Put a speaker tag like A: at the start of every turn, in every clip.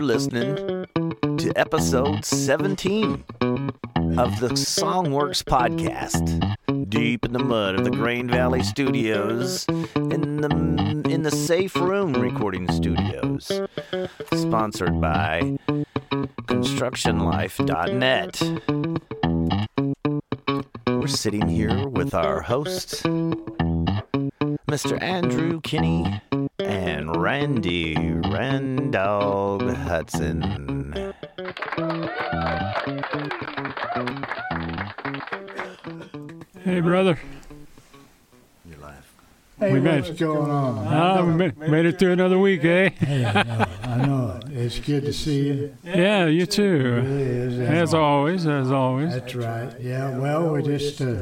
A: listening to episode 17 of the Songworks podcast, deep in the mud of the Grain Valley Studios, in the in the safe room recording studios, sponsored by ConstructionLife.net. We're sitting here with our hosts, Mr. Andrew Kinney and Randy Randall Hudson.
B: Hey, brother.
C: Hey,
B: We
C: what's
B: made-
C: going on?
B: Ah, we made, made it through another week, eh?
C: Hey, I know, I know. it. It's good to see you.
B: Yeah, you
C: It
B: too.
C: really is.
B: As always, as always.
C: That's right. Yeah. Well, we're just uh,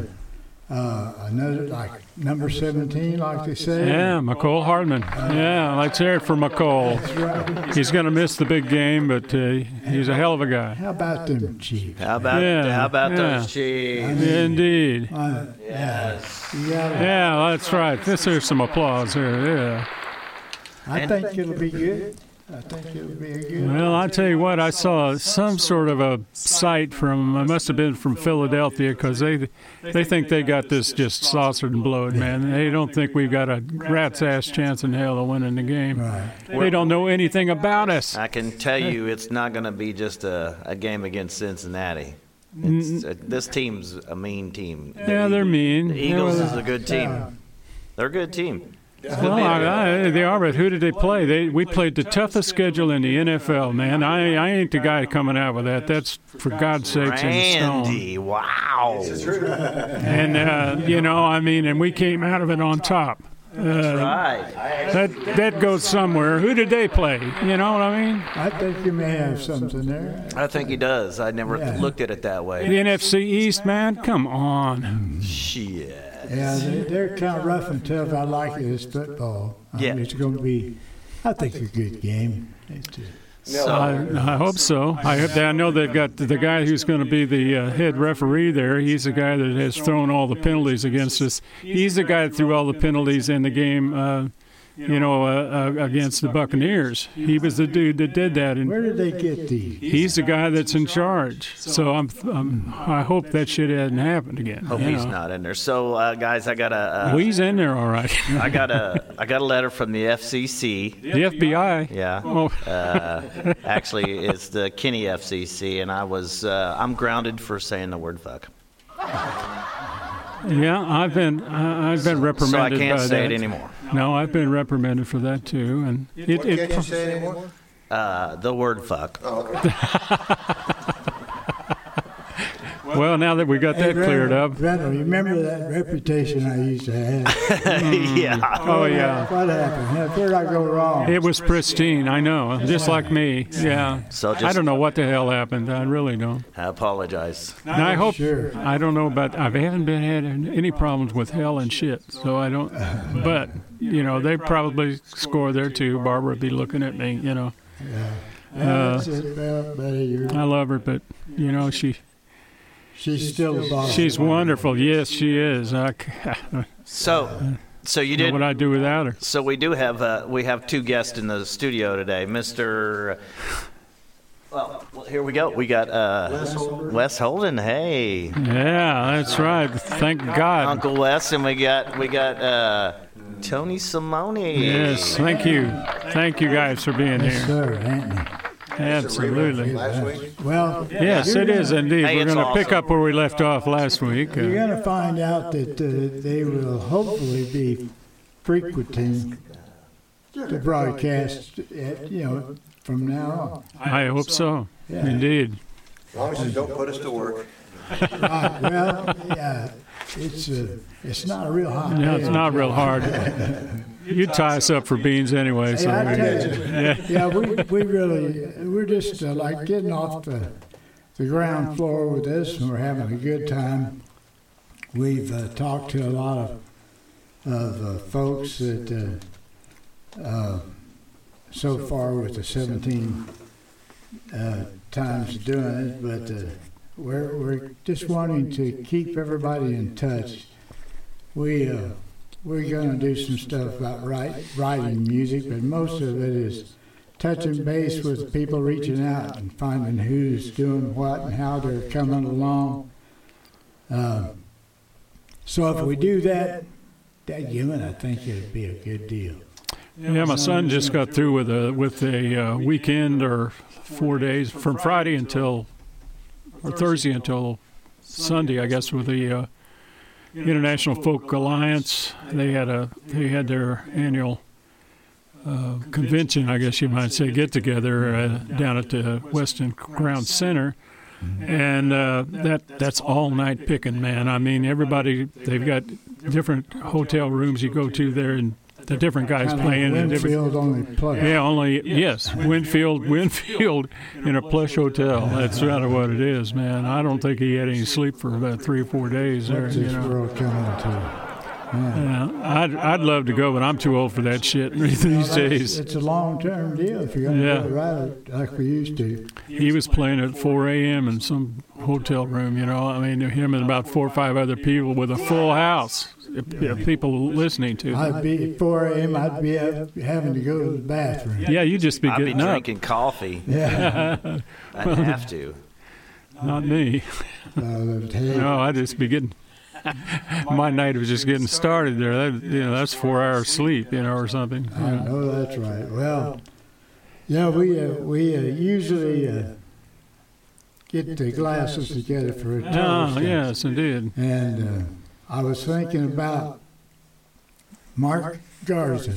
C: uh, another like number seventeen, like they say.
B: Yeah, McCole Hardman. Yeah, let's hear it for McCole.
C: That's right.
B: He's going to miss the big game, but uh, he's a hell of a guy.
C: How about them Chiefs?
A: How about
B: Yeah,
A: how about
B: yeah.
A: those cheese?
B: Indeed.
C: Uh, yeah. You gotta-
B: Yeah, that's right. Let's hear some applause here. Yeah.
C: I think it'll be good. I think it'll be a good.
B: Well, I tell you what, I saw some sort of a site from. I must have been from Philadelphia because they they think they got this just saucered and blowed, man. They don't think we've got a rat's ass chance in hell of winning the game.
C: Right.
B: They don't know anything about us.
A: I can tell you, it's not going to be just a, a game against Cincinnati. It's, uh, this team's a mean team.
B: Yeah, they're mean.
A: The Eagles is a good team. They're a good team.
B: Well, I, I, they are, but who did they play? They we played the toughest schedule in the NFL, man. I I ain't the guy coming out with that. That's for God's sakes in stone.
A: Randy, wow.
B: And uh, you know, I mean, and we came out of it on top.
A: Right.
B: That that goes somewhere. Who did they play? You know what I mean?
C: I think you may have something there.
A: I think he does. I never
C: Yeah.
A: looked at it that
B: The
A: way.
B: NFC East, man. Come on.
A: Shit.
C: Yeah, they, they're kind of rough and tough. I like it. It's football. I mean,
A: Yeah.
C: It's going to be. I think it's a good game. It's just-
A: So,
B: I, I hope so. I hope I know they've got the guy who's going to be the uh, head referee there. He's the guy that has thrown all the penalties against us. He's the guy that threw all the penalties in the game. Uh, you know, uh, uh, against the Buccaneers, he was the dude that did that,
C: Where
B: and
C: did they get these?
B: he's the guy that's in charge. So I'm, I'm I hope that shit hadn't happened again.
A: hope
B: you
A: Oh, he's
B: know.
A: not in there. So, uh, guys, I got a
B: Well,
A: uh,
B: he's in there all right.
A: I got a I got a letter from the FCC.
B: the FBI.
A: Yeah.
B: Oh,
A: Uh, actually, it's the Kenny FCC, and I was uh, I'm grounded for saying the word fuck,
B: yeah, I've been I, I've been reprimanded
A: so I can't
B: by
A: say
B: that.
A: it anymore.
B: No, I've been reprimanded for that too, and it, it,
D: Can't you say anymore?
A: Uh, the word fuck.
B: Oh. well now that we got that cleared up.
C: Brother, remember that reputation I used to have?
A: yeah.
B: Oh yeah,
C: What happened? Where did I go wrong?
B: it was pristine. I know, just like me. Yeah.
A: So just
B: I don't know what the hell happened. I really don't.
A: I apologize.
B: And I hope
C: Sure.
B: I don't know about I haven't been had any problems with hell and shit, so I don't. But you know they probably score there too. Barbara would be looking at me. You know. Uh,
C: That's it, well, buddy, you're-
B: I love her, but you know she
C: she's still a boss.
B: she's wonderful. Yes, she is. I, c- I don't know
A: So, so you did.
B: what I do without her.
A: So we do have uh, we have two guests in the studio today, Mr. Well, well, here we go. We got uh, Wes Holden. Hey,
B: Yeah, that's right. Thank God.
A: Uncle Wes, and we got we got uh, Tony Simone.
B: Yes, thank you. Thank you guys for being
C: Yes,
B: here.
C: sir, Anthony.
B: Absolutely.
D: Last week?
C: Well,
B: Yes, it is indeed.
A: Hey,
B: We're
A: it's
B: going to pick
A: awesome.
B: up where we left off last week.
C: you're
B: Uh,
C: going to find out that uh, they will hopefully be frequenting the broadcast, at, you know, from now
B: I hope so.
C: Yeah.
B: Indeed.
D: As long as you don't put us to work.
C: on. Right, well, yeah, it's uh, it's not a real hot.
B: No, it's
C: day.
B: not real hard. You tie us up for beans anyway, so
C: Yeah, I
B: we-
C: tell you, yeah, we, we really, we're just uh, like getting off the, the ground floor with this, and we're having a good time. We've uh, talked to a lot of of uh, folks that uh, uh, so far with the 17 uh, times doing it, but uh, we're we're just wanting to keep everybody in touch. We. Uh, we're going to do some stuff about write, writing music, but most of it is touching base with people reaching out and finding who's doing what and how they're coming along. Uh, so if we do that, that given, I think it'd be a good deal.
B: Yeah, my son just got through with a with a uh, weekend or four days from Friday until or Thursday until Sunday, I guess, with the uh, International Folk Alliance. They had a they had their annual uh, convention, I guess you might say, get together uh, down at the Weston Crown Center, and uh, that that's all night picking, man. I mean, everybody they've got different hotel rooms you go to there, and the different guys
C: Kind of
B: playing and different.
C: Winfield only play.
B: Yeah, only yes, Winfield, Winfield, in a plush hotel. That's rather what it is, man. I don't think he had any sleep for about three or four days there.
C: What's
B: You
C: this
B: know,
C: world coming to?
B: yeah, I'd I'd love to go, but I'm too old for that shit these days.
C: It's a long-term deal if you're going to
B: Yeah.
C: do it right like we used to.
B: He was playing at 4 a.m. in some hotel room. You know, I mean, him and about four or five other people with a full house, of people listening to. him.
C: I'd be at 4 a.m. I'd be up having to go to the bathroom.
B: Yeah, you'd just be
A: I'd be
B: getting up.
A: drinking coffee.
C: Yeah,
A: I'd have to.
B: Not me.
C: Uh, but hey,
B: No, I'd just be getting. My night was just getting started there. That, you know, that's four hours sleep, you know, or something.
C: I know Oh, that's right. Well, yeah, we uh, we uh, usually uh, get the glasses together for a toast.
B: Oh, yes, indeed.
C: And uh, I was thinking about Mark Garza.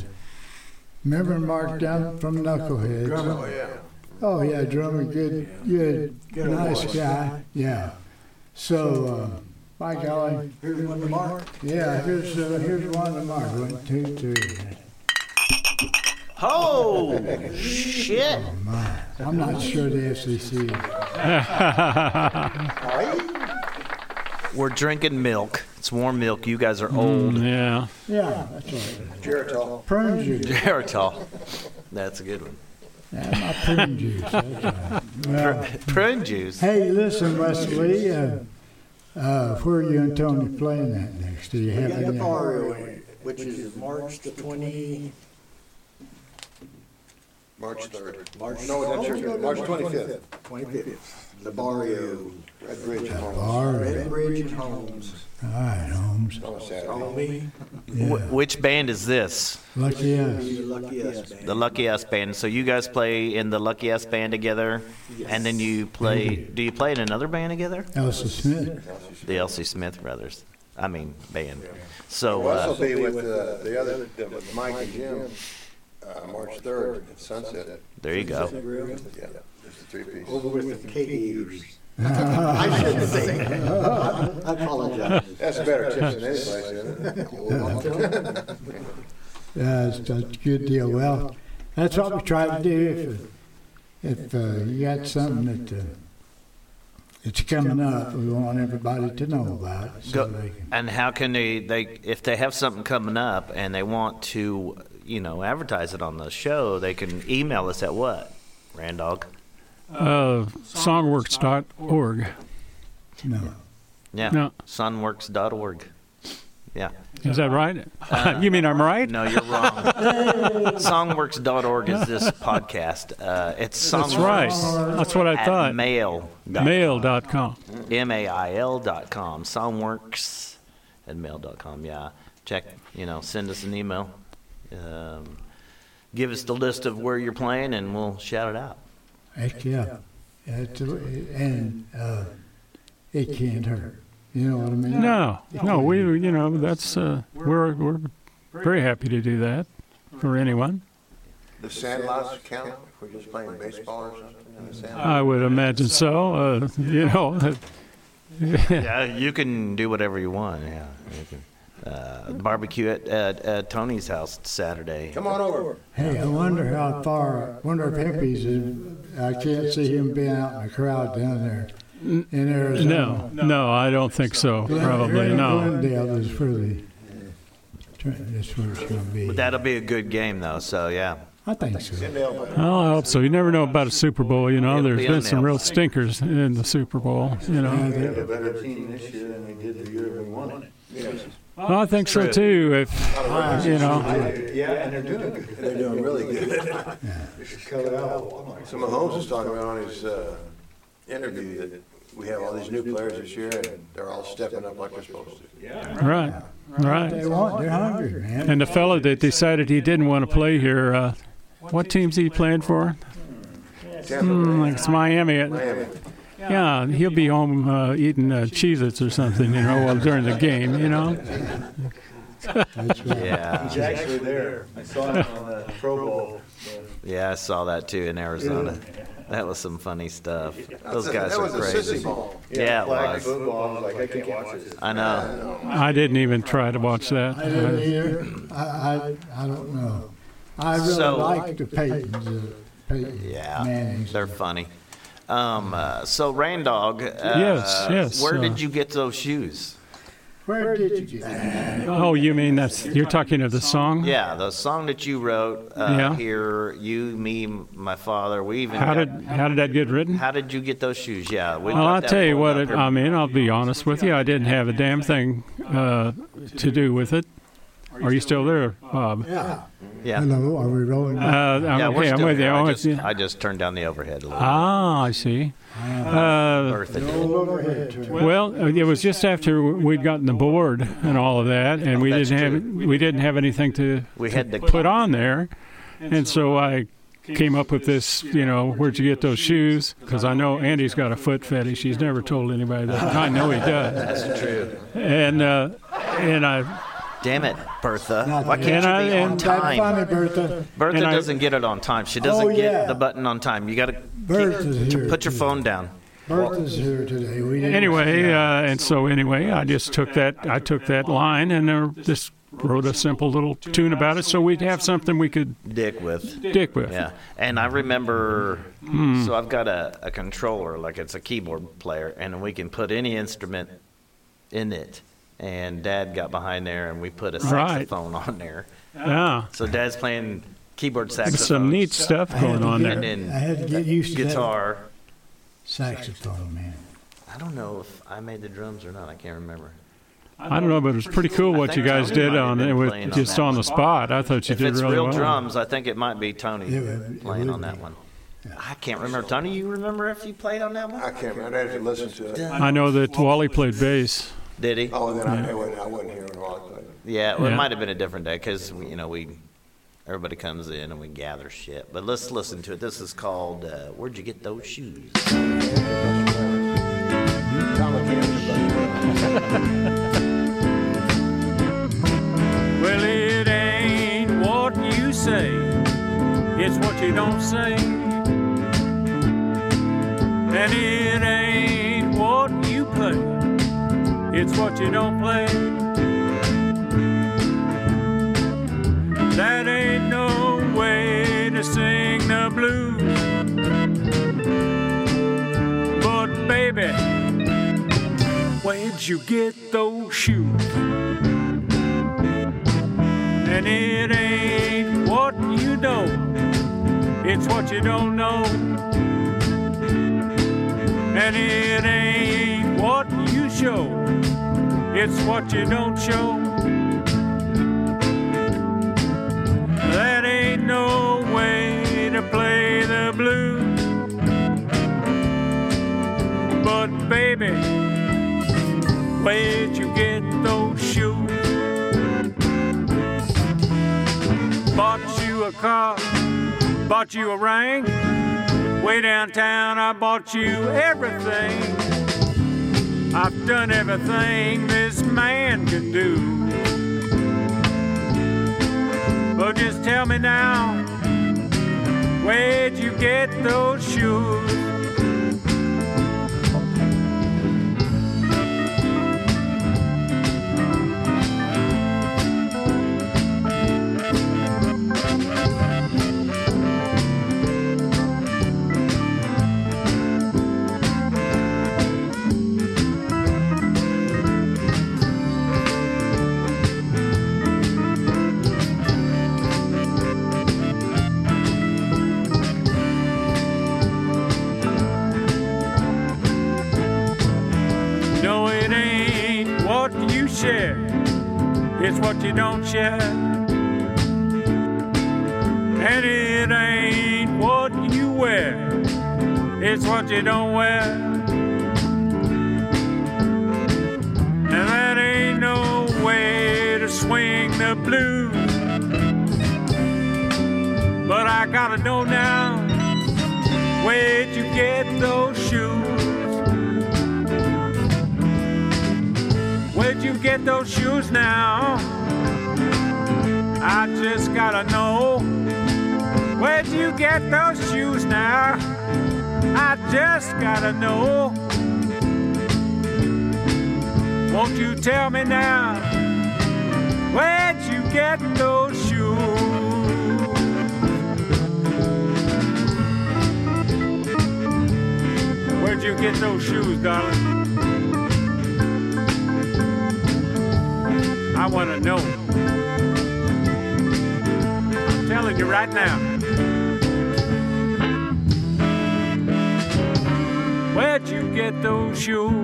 C: Remember Mark down from Knuckleheads?
D: Oh, yeah.
C: Oh yeah, drummer, good, good, nice guy. Yeah. So, uh, by golly,
D: Here's one to Mark.
C: yeah. Here's uh, here's one of Mark. One, two, three.
A: Oh shit!
C: I'm not sure the E FCC.
A: We're drinking milk. It's warm milk. You guys are
B: Mm.
A: old.
B: Yeah.
C: Yeah, that's right.
D: Geritol.
C: Prune juice.
A: Geritol. That's a good one.
C: Yeah, my prune juice. that's right. Well,
A: Prune juice.
C: hey, listen, Wesley. Uh, uh, where are you and Tony playing at next? Do you have
D: Got
C: any?
D: the Far Away, which is March the twenty.
E: March third.
D: March.
E: No, that's your, March twenty-fth.
D: Twenty-fifth. The Barrio,
E: Red Bridge and Holmes.
C: All right,
D: Red Bridge and Holmes.
C: all right, Holmes.
E: On a Saturday.
D: Call me,
A: Wh- which band is this?
C: Lucky us.
D: you lucky ass man.
A: The Lucky Ass Band. So you guys play in the Lucky Ass Band together, and then you play.
B: Mm-hmm.
A: Do you play in another band together?
C: Elsa Smith.
A: The Elsie Smith Brothers. I mean band. So
E: Well,
A: uh,
E: This will be with uh, the other, with Mike and Jim, uh, March third at sunset.
A: there you go.
D: Grill,
E: Yeah, just a three-piece.
D: Over with the Katie Eaters. I shouldn't say that. I I apologize.
E: That's better tips than any place, isn't it?
C: Yeah, it's a good deal. Well, that's what we try to do. If, if uh, you got something that uh, it's coming up, we want everybody to know about it so
A: Go-
C: they can.
A: And how can they? They if they have something coming up and they want to, you know, advertise it on the show, they can email us at what? Randog.
B: Uh, songworks.org.
C: No.
A: Yeah.
B: No.
A: Sunworks.org. Yeah.
B: Is that right? you mean I'm right?
A: No, you're wrong. Songworks.org is this podcast. Uh, it's Songworks.
B: That's right. That's what I
A: At
B: thought.
A: mail.
B: Mail.com.
A: M A I L dot com. Songworks at mail dot com. Yeah. Check, you know, send us an email. Um, give us the list of where you're playing and we'll shout it out.
C: Heck yeah. That's the way- and uh, it can't hurt. You know what I mean?
B: No, no, we, you know, that's, uh, we're, we're very happy to do that for anyone.
E: The Sandlots count, if we're just playing baseball or something in the sand.
B: I would imagine so. Uh, you know,
A: yeah, you can do whatever you want. Yeah. You can, uh, barbecue at, at, at Tony's house Saturday.
E: Come on over.
C: Hey, I wonder how far, wonder if hippies, is, I can't see him being out in the crowd down there in Arizona.
B: no, no, I don't think so. Probably no.
C: Glendale is really, that's where it's going to be.
A: But that'll be a good game, though. So yeah,
C: I think so.
E: Glendale,
B: Well, I hope so. You never know about a Super Bowl. You know,
A: It'll
B: there's
A: be
B: been
A: on
B: some
A: there.
B: real stinkers in the Super Bowl. You know,
E: they have a better team this year than they did the year we won it.
B: I think so too. If you know,
E: Yeah, and they're doing good. They're doing really good. So Mahomes was talking about on his uh, interview that we have all these new players this year and they're all stepping up like they're supposed to.
B: right,
C: They
B: right.
C: want, they're hungry, man.
B: And the fellow that decided he didn't want to play here, uh, what team's he playing for?
E: Tampa
B: Hmm, like it's Miami.
E: Bay, Miami.
B: Yeah, he'll be home uh, eating uh, Cheez-Its or something, you know, while during the game, you know.
C: That's right.
A: Yeah.
F: actually there. I saw him on the Pro Bowl.
A: Yeah, I saw that too in Arizona. That was some funny stuff. Those guys
E: That
A: are
E: was a
A: crazy.
E: sissy ball.
A: Yeah, it
F: Flag
A: was.
F: football. I was like, I can't watch this.
A: I know.
B: I didn't even try to watch that.
C: I didn't either. I, I, I don't know. I really
A: So-
C: like the Peyton's, uh, Peyton
A: Yeah,
C: Manning's.
A: They're funny. Um, uh, so Randog, uh,
B: Yes, yes,
A: Where
B: uh,
A: did you get those shoes?
C: Where did you get that?
B: Oh, you mean that's you're talking of the song?
A: Yeah, the song that you wrote uh,
B: Yeah.
A: here, you, me, m- my father. We even
B: How
A: got-
B: did how did that get written?
A: How did you get those shoes? Yeah. We
B: Well,
A: got
B: I'll
A: that
B: tell you
A: pulled
B: what.
A: up
B: It,
A: here.
B: uh, I mean, I'll be honest with you. I didn't have a damn thing uh, to do with it. Are you still there, Bob?
C: Yeah.
A: yeah.
C: Hello, are we rolling?
B: Uh, I'm,
A: yeah, we're
B: okay, I'm
A: still
B: with you.
A: here.
B: I'm
A: I
B: with
A: just,
B: you.
A: I just turned down the overhead a little.
B: Ah, I see. Uh,
A: Earth it
C: Roll overhead to it.
B: well, uh, it was just after we'd gotten the board and all of that, and we
A: That's
B: didn't have we didn't have anything to
A: We had to
B: put on there, and so I came up with this. You know, where'd you get those shoes? Because I know Andy's got a foot fetish. He's never told anybody that. I know he does.
A: That's true.
B: And uh, and I
A: Damn it, Bertha. Why
B: And
A: can't
B: I-
A: you be on
B: and-
C: That's
A: time?
C: funny, Bertha.
A: Bertha
B: And I-
A: doesn't get it on time. She doesn't
C: Oh,
A: get
C: yeah.
A: the button on time. You got to
C: Bertha's here.
A: put your
C: today.
A: phone down.
C: Bertha's here today. We didn't
B: anyway uh, and so anyway I just took that I took that line and uh, just wrote a simple little tune about it so we'd have something we could
A: Dick with.
B: dick with.
A: Yeah. And I remember, so I've got a, a controller, like it's a keyboard player, and we can put any instrument in it. And Dad got behind there, and we put a
B: Right.
A: saxophone on there.
B: Yeah.
A: So Dad's playing keyboard saxophone.
B: Some neat stuff
C: I had
B: going
C: to
B: on
C: get-
B: there.
A: And then
C: I had to get used to that
A: Guitar.
C: saxophone, man.
A: I don't know if I made the drums or not. I can't remember.
B: I don't know, but it was pretty cool
A: I
B: what
A: think
B: you guys
A: Tony
B: did
A: might have
B: on
A: been
B: it
A: playing
B: with
A: on
B: just
A: that
B: on
A: one.
B: the spot. I thought you
A: If
B: did
A: it's
B: really
A: real
B: well.
A: drums, I think it might be Tony
C: Yeah, it- it
A: playing
C: would
A: on that
C: be.
A: one. I can't remember. Tony, you remember if you played on that
E: I
A: one?
E: can't remember. I'd have to listen to it.
B: I know that Wally played bass.
A: Did he?
E: Oh, then I I wasn't, I wasn't here when Wally played.
A: Yeah, well, it
B: Yeah.
A: might have been a different day because you know we everybody comes in and we gather shit. But let's listen to it. This is called uh, "Where'd You Get Those Shoes."
B: Well, it ain't what you say, it's what you don't say. And it ain't what you play, it's what you don't play. That ain't no way to sing the blues. But, baby, where'd you get those shoes? And it ain't what you know, it's what you don't know. And it ain't what you show, it's what you don't show. That ain't no way to play the blues. But baby, where'd you get those shoes? Bought you a car, bought you a ring. Way downtown, I bought you everything. I've done everything this man can do. Well, just tell me now, where'd you get those shoes? you don't yet. And it ain't what you wear, it's what you don't wear. And that ain't no way to swing the blues. But I gotta know now where'd you get those shoes? Where'd you get those shoes now? I just gotta know. Where'd you get those shoes now? I just gotta know. Won't you tell me now? Where'd you get those shoes? Where'd you get those shoes, darling? I want to know. I'm telling you right now. Where'd you get those shoes?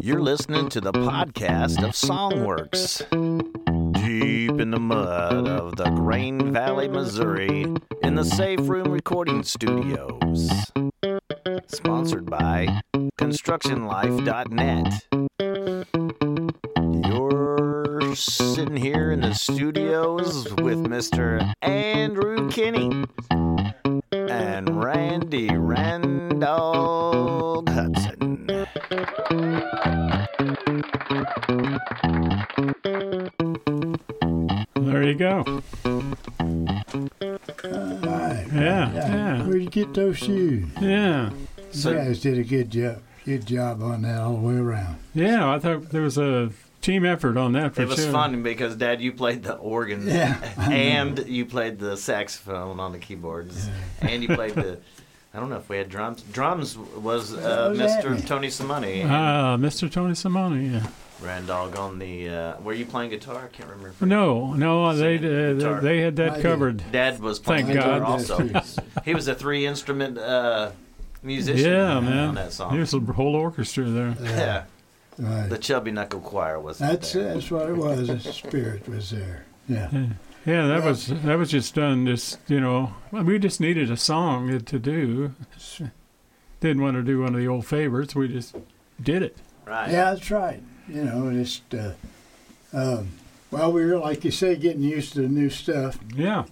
A: You're listening to the podcast of Songworks. Deep in the mud of the Grain Valley, Missouri, in the Safe Room Recording Studios. Sponsored by ConstructionLife.net. You're sitting here in the studios with Mr. Andrew Kinney and Randy Randall Hudson.
B: There you go. Yeah,
C: Where'd you get those shoes?
B: yeah, yeah.
C: You guys did a good job. Good job on that all the way around.
B: Yeah, I thought there was a team effort on that for
A: It was
B: sure.
A: fun because Dad, you played the organ,
C: Yeah.
A: and you played the saxophone on the keyboards, and you played the. I don't know if we had drums. Drums was uh,
C: was that?
A: Mr. Tony Simone.
B: Ah, Mr. Tony Simone. Yeah.
A: Randolph on the. Uh, were you playing guitar? I can't remember.
B: No, no, they uh,
A: Guitar.
B: they had
C: I
B: that
C: did.
B: covered.
A: Dad was playing
B: Thank
A: guitar
B: God.
A: also. he was a three instrument uh, musician.
B: Yeah,
A: on
B: man.
A: that song.
B: There's a whole orchestra there.
A: yeah,
C: Right.
A: the Chubby Knuckle Choir was.
C: That's
A: there.
C: that's what it was. The spirit was there. Yeah.
B: Yeah, that was that was just done. Just you know, well, we just needed a song to do. Didn't want to do one of the old favorites. We just did it.
A: Right.
C: Yeah, that's right. You know, just uh, um, well, we were like you say, getting used to the new stuff,
B: Yeah,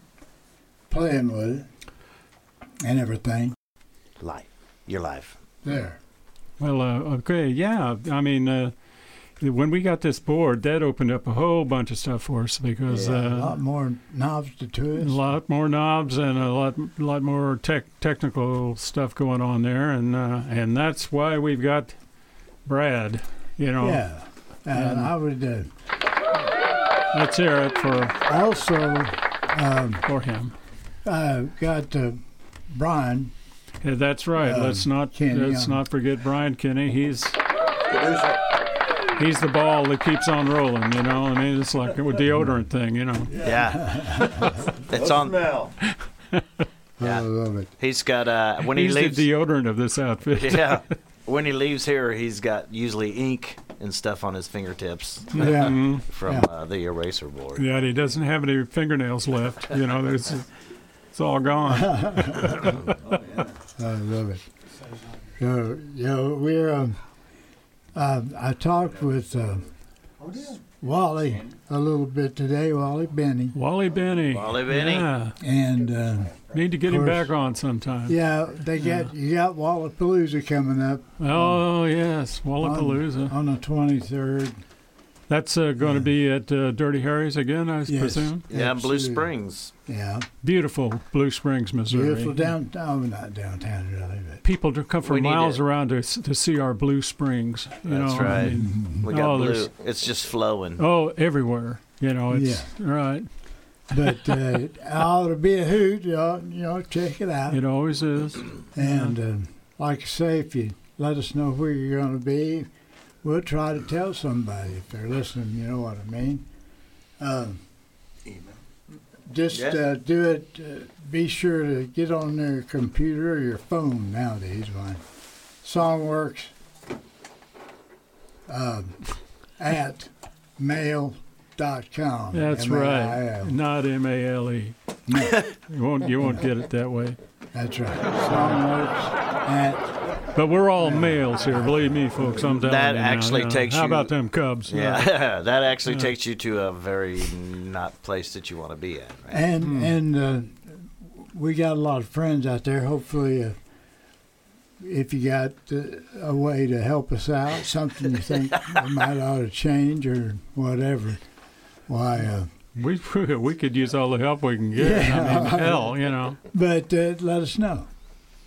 C: playing with it, and everything.
A: Live. You're live.
C: There.
B: Well, uh, okay, yeah. I mean, uh, when we got this board, that opened up a whole bunch of stuff for us because
C: a
B: uh,
C: lot more knobs
B: a
C: to twist.
B: lot more knobs and a lot, lot more tech, technical stuff going on there, and uh, and that's why we've got Brad. You know,
C: Yeah. And I would uh,
B: let's hear it for
C: also
B: for him.
C: uh, got uh, Brian.
B: Yeah, that's right.
C: Um,
B: let's not
C: Kenny,
B: let's
C: um,
B: not forget Brian Kenny. He's he's the ball that keeps on rolling. You know, I mean, it's like a deodorant thing. You know.
A: Yeah. it's on.
F: Smell.
C: I
A: Yeah.
C: love it.
A: He's got uh, when
B: He's
A: he
B: the
A: leaves.
B: deodorant of this outfit.
A: yeah. When he leaves here, he's got usually ink and stuff on his fingertips
C: Yeah. Mm-hmm.
A: from
C: Yeah.
A: uh, the eraser board.
B: Yeah, and he doesn't have any fingernails left. You know, it's, it's all gone.
C: I love it. So, you know, we're, um, um, I talked with um, Wally a little bit today, Wally Benny,
B: Wally Benny.
A: Wally Benny.
B: Yeah,
C: and uh,
B: need to get him
C: course.
B: back on sometime.
C: yeah, they got you got Wallapalooza coming up
B: Oh, yes,
C: on,
B: Wallapalooza.
C: on the twenty third.
B: That's uh, going to be at uh, Dirty Harry's again, I
C: Yes.
B: presume.
A: Yeah, Blue
C: Absolutely.
A: Springs.
C: Yeah,
B: Beautiful Blue Springs, Missouri.
C: beautiful downtown. Not downtown really, but
B: People to come
A: We
B: from
A: need
B: miles
A: to-
B: around to, s- to see our Blue Springs. You
A: That's
B: know, I
A: right.
B: mean,
A: We got
B: Oh,
A: blue.
B: there's-
A: It's just flowing.
B: oh, everywhere. You know, it's right.
C: but uh, it ought to be a hoot. You ought, you know, check it out.
B: It always is.
C: And um, like I say, if you let us know where you're going to be, we'll try to tell somebody if they're listening. You know what I mean? Um, just
F: Yeah.
C: uh, do it. Uh, be sure to get on your computer or your phone nowadays. My SongWorks um, at mail.com.
B: That's
C: M-A-I-L.
B: right. Not M A L E. You won't you won't get it that way.
C: That's right. SongWorks at
B: But we're all males here, believe me, folks. I'm telling
A: That
B: you now,
A: actually
B: yeah.
A: takes
B: How
A: you-
B: about them Cubs? Uh,
A: Yeah, that actually takes you to a very not place that you want to be at. Right?
C: and
B: Hmm.
C: and uh, we got a lot of friends out there. Hopefully, uh, if you got uh, a way to help us out, something you think we might ought to change or whatever, why? Uh,
B: We we could use all the help we can get. I mean,
C: Yeah.
B: hell, you know.
C: but uh, let us know.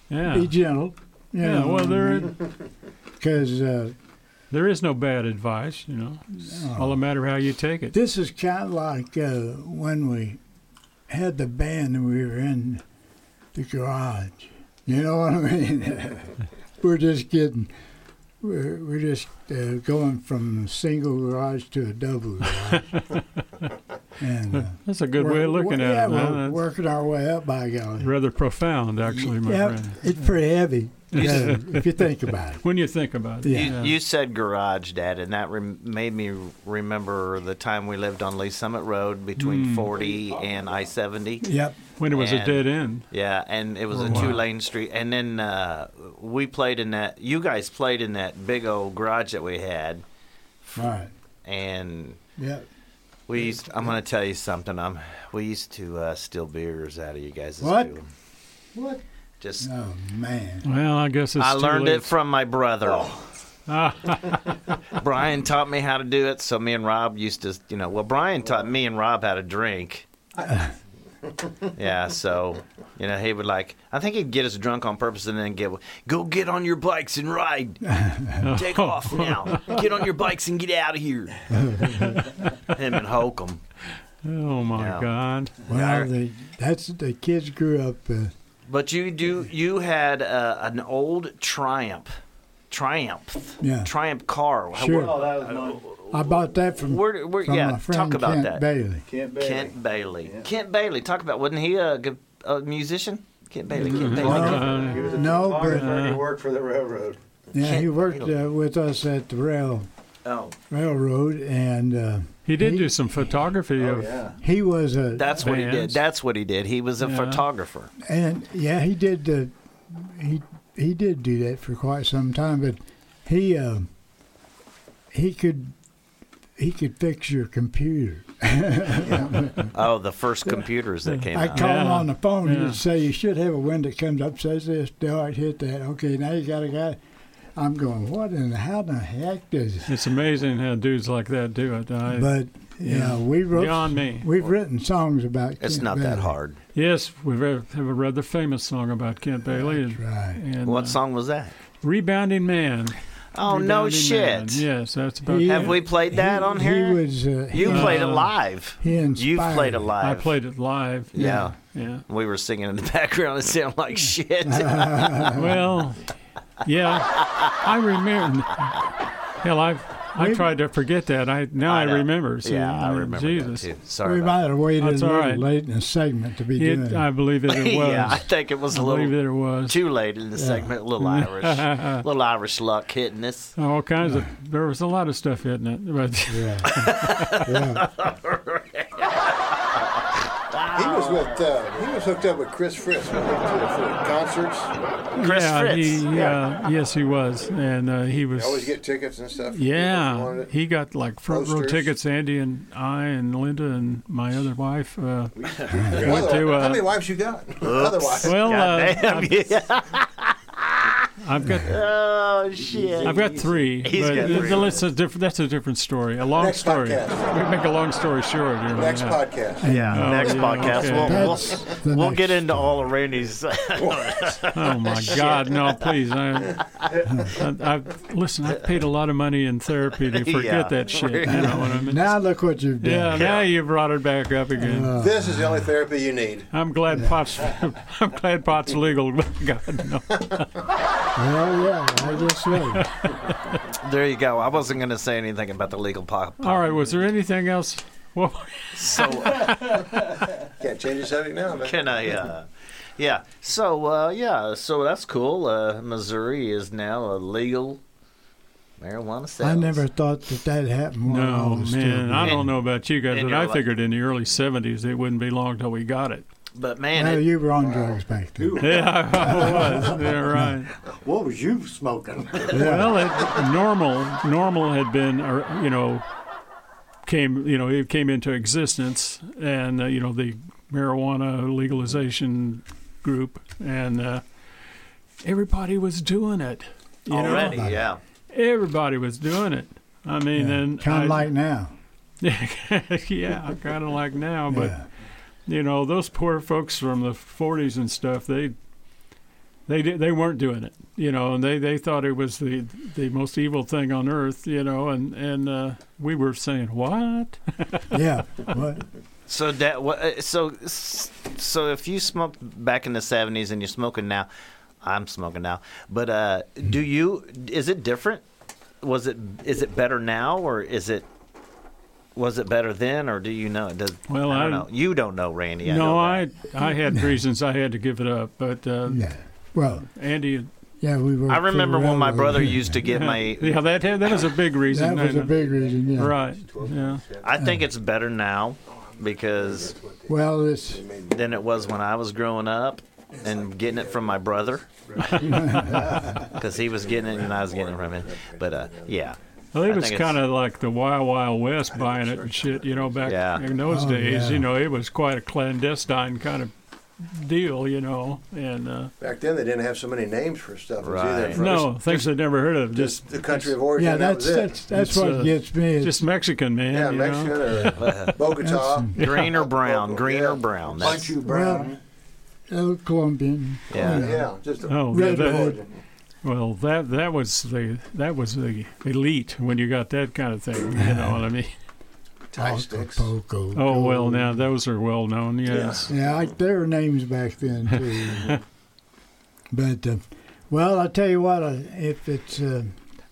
B: Yeah.
C: Be gentle. You
B: Yeah.
C: know,
B: Well, there
C: because uh,
B: there is no bad advice, you know. It's all a matter of how you take it.
C: this is kind of like uh, when we had the band and we were in the garage. You know what I mean? we're just getting, we're, we're just uh, going from single garage to a double garage. and uh,
B: That's a good
C: we're-
B: way of looking at
C: yeah,
B: it.
C: we're
B: huh? That's
C: working our way up by golly.
B: rather profound, actually, my
C: Yeah,
B: friend.
C: it's pretty heavy uh, if you think about it.
B: When you think about it.
C: Yeah.
A: You, you said garage, Dad, and that rem- made me remember the time we lived on Lee Summit Road between 40 and I 70.
C: Yep.
B: When it was a
A: And-
B: dead end.
A: Yeah, and it was a
B: Wow.
A: two lane street. And then uh, we played in that, you guys played in that big old garage that we had.
C: All right.
A: And
C: Yep.
A: we used, I'm going to tell you something. I'm, we used to uh, steal beers out of you guys'
C: What?
A: School.
D: What?
A: Just,
C: Oh man.
B: Well, I guess it's
A: I
B: too
A: learned
B: late.
A: it from my brother. Oh. Brian taught me how to do it, so me and Rob used to, you know, well, Brian taught me and Rob how to drink. yeah, so, you know, he would like, I think he'd get us drunk on purpose and then get, go get on your bikes and ride. Take off now. Get on your bikes and get out of here. Him and Holcomb.
B: Oh my
A: Yeah.
B: God!
C: Well,
A: Yeah.
C: the, that's the kids grew up. Uh,
A: But you do, you had uh, an old Triumph. Triumph.
C: yeah.
A: Triumph car.
C: Sure.
F: Oh, that was mine.
C: I bought that from,
A: Where, where,
C: from
A: yeah,
C: my friend
A: talk about
C: Kent
A: that.
C: Bailey.
F: Kent Bailey.
A: Kent Bailey. Kent Bailey. Talk about wasn't he a, good, a musician? Kent Bailey. Kent Bailey.
C: Uh-huh.
B: Uh,
F: He was a
C: No, but-
F: photographer and
A: Uh-huh.
F: he worked for the railroad.
C: Yeah,
A: Kent
C: he worked
A: Bailey.
C: uh, with us at the rail
A: Oh,
C: railroad, and uh,
B: he did
C: He-
B: do some photography
F: Oh,
B: of.
F: yeah.
C: he was a
A: that's what he did.
B: Bands.
A: That's what he did. He was a
B: Yeah.
A: photographer.
C: and yeah he did the he he did do that for quite some time, but he um he could he could fix your computer.
A: Oh, the first computers that came
C: I
A: out.
C: call him
B: Yeah.
C: on the phone and
B: Yeah.
C: just say you should have a window that comes up says this. All right, hit that. Okay, now you got a guy. I'm going. What in the how the heck does
B: It's amazing how dudes like that do it. I,
C: But yeah,
B: Yeah.
C: we wrote
B: Beyond me.
C: We've written songs about.
A: It's
C: Kent
A: not that
C: Bailey.
A: hard.
B: yes, we re- have a rather famous song about Kent Bailey. And,
C: right.
B: and,
A: What
B: uh,
A: song was that?
B: Rebounding Man.
A: Oh no,
B: Rebounding Man.
A: shit.
B: Yes, that's about.
C: He-
B: it.
A: Have we played that
C: He-
A: on here?
C: He was. Uh, he-
A: you played it
B: Uh,
A: live.
C: he
A: You
C: inspired
A: played it
C: me.
A: live.
B: I played it live.
A: Yeah.
B: Yeah.
A: We were singing in the background. It sounded like shit.
B: Well, yeah, I remember. Hell, I've I
C: Maybe-
B: tried to forget that. I now I,
A: know.
B: remember. So,
A: yeah, I
B: mean,
A: remember
B: Jesus.
A: that too.
C: We
A: Sorry. about
C: might have waited a
B: That's all
C: little
B: right.
C: late in the segment to be doing.
B: It, uh, I believe that it
A: that.
B: was.
A: yeah, I think it was
B: I
A: a little
B: believe that it was.
A: too late in the segment. Little Irish, little Irish luck hitting us.
B: All kinds of. There was a lot of stuff in it, but
C: yeah. yeah.
E: He was with, uh, he was hooked up with Chris Frisk wasn't he, too, for concerts.
A: Chris
B: yeah,
A: Fritz.
B: he yeah, yes, he was, and uh, he was.
E: They always get tickets and stuff. People wanted
B: yeah,
E: it.
B: he got like front row
E: Posters.
B: tickets. Andy and I and Linda and my other wife. Uh,
E: Other-
B: to, uh,
E: How many wives you got? Otherwise,
B: well, uh,
A: Goddamn, yeah.
B: I've got
A: Oh shit.
B: I've got three.
A: He's
B: but
A: got
B: th-
A: three.
B: That's a different. That's a different story. A long
E: Next
B: story.
E: podcast.
B: We make a long story short. you know,
E: next
B: yeah.
E: podcast.
A: Yeah,
B: Oh,
A: next
B: yeah,
A: podcast.
B: okay.
A: We'll,
C: That's
A: we'll,
C: the
A: we'll
C: next
A: get into all of Randy's.
B: Oh my God, no! Please, I, I, I listen. I paid a lot of money in therapy to forget
A: Yeah.
B: that shit. You know what I mean?
C: Now look what you've done.
B: yeah, now you brought it back up again.
A: Uh,
E: This is the only therapy you need.
B: I'm glad pot's. I'm glad pot's legal. God no.
C: Well, yeah. I guess so.
A: there you go. I wasn't going to say anything about the legal pop.
B: All right. Was there anything else? Well,
A: So uh,
E: Can't change the subject now, man.
A: can I? Uh, yeah. So uh, yeah. So that's cool. Uh, Missouri is now a legal marijuana state.
C: I never thought that that
A: Oh,
C: happened. when I
B: no,
C: was
B: oh, man,
C: still-
B: I don't know about you guys,
A: And
B: but
A: you're
B: I
A: like-
B: figured in the early '70s it wouldn't be long till we got it.
A: But man,
C: No,
A: it-
C: you were on drugs back then.
B: Yeah, I was. Yeah, right.
D: What was you smoking?
B: Well, it, normal normal had been, or, you know, came you know it came into existence, and uh, you know the marijuana legalization group, and uh, everybody was doing it. You
A: already,
C: know.
A: yeah.
B: know, everybody was doing it. I mean, and
C: Kind
B: I-
C: of like now.
B: yeah, kind of like now, but
C: yeah.
B: you know those poor folks from the 40s and stuff they they di- they weren't doing it you know and they, they thought it was the the most evil thing on earth you know and and uh, we were saying what
C: yeah. What?
A: So that wha- uh, so so if you smoked back in the seventies and you're smoking now, I'm smoking now. But uh, do you? Is it different? Was it? Is it better now, or is it? Was it better then, or do you know? Does,
B: Well,
A: I don't
B: I-
A: know. You don't know, Randy. I
B: no
A: know
B: i i had reasons i had to give it up but uh,
C: Yeah. Well,
B: andy
C: yeah, we were.
A: that. I remember when my brother used to get my.
B: yeah that that was a big reason
C: That was a
B: and, uh,
C: big reason. Yeah.
B: right yeah
A: I think it's better now because
C: Well, it's
A: than it was when I was growing up and getting it from my brother. Because he was getting it and I was getting it from him. But uh, yeah.
B: Well,
A: I
B: it was
A: think it's-
B: kind of like the Wild Wild West buying it and shit, you know, back
A: Yeah.
B: in those
C: Oh,
B: days.
C: yeah.
B: You know, it was quite a clandestine kind of deal, you know. And uh,
E: Back then, they didn't have so many names for stuff. It was either
A: Right.
E: from
B: no, things I'd never heard of. Just
E: Just the country of origin.
C: yeah.
E: that was
C: That's
E: it.
C: that's that's
B: It's,
C: what
B: uh,
C: gets me. is-
B: just Mexican, man.
E: yeah,
B: you
E: Mexican
B: Know?
E: or Bogota.
A: Green or brown,
E: Yeah.
A: green or brown.
D: Aren't
A: That's,
D: you brown?
F: Mm-hmm.
C: El uh, Colombian.
A: yeah.
E: Yeah, just a
B: Oh, yeah,
C: Red
B: that,
C: Hood.
E: origin.
B: well, that that was the that was the elite when you got that kind of thing. You know what I mean?
E: Tie sticks.
C: Acapulco.
B: Oh well, now those are well known. Yes.
C: Yeah, I, there were names back then too. but uh, well, I tell you what, uh, if it's uh,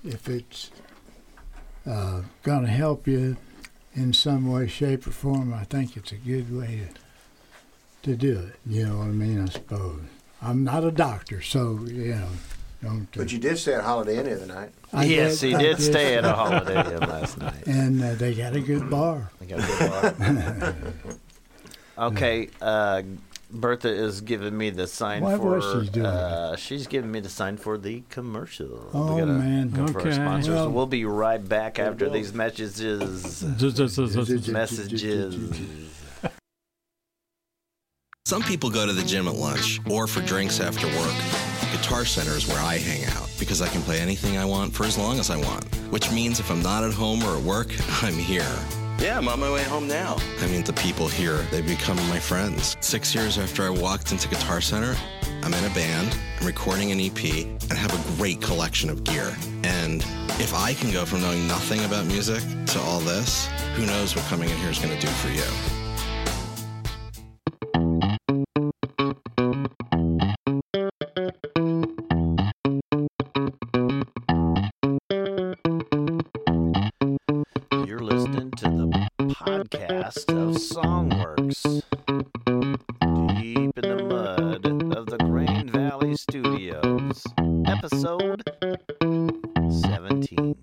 C: if it's uh, going to help you in some way, shape, or form, I think it's a good way to, to do it. You know what I mean? I suppose I'm not a doctor, so you know. Don't, uh,
E: But you did stay at Holiday Inn the other night.
C: I
A: yes, he
C: I
A: did stay at a Holiday Inn last night.
C: And uh, they got a good bar.
A: I got a good bar. okay, uh, Bertha is giving me the sign
C: Why
A: for.
C: was she doing
A: uh, she's giving me the sign for the commercial.
C: Oh,
A: we gotta
C: man.
A: Go for our
B: Okay.
A: sponsors.
C: Well-
A: we'll be right back after these messages.
B: Z- z- z- z- z-
A: Messages.
G: Some people go to the gym at lunch or for drinks after work. Guitar Center is where I hang out because I can play anything I want for as long as I want, which means if I'm not at home or at work, I'm here. Yeah, I'm on my way home now. I mean, the people here, they've become my friends. Six years after I walked into Guitar Center, I'm in a band, I'm recording an EP, and have a great collection of gear. And if I can go from knowing nothing about music to all this, who knows what coming in here is going to do for you.
A: You're listening to the podcast of Songworks. Deep in the mud of the Grain Valley Studios, episode 17.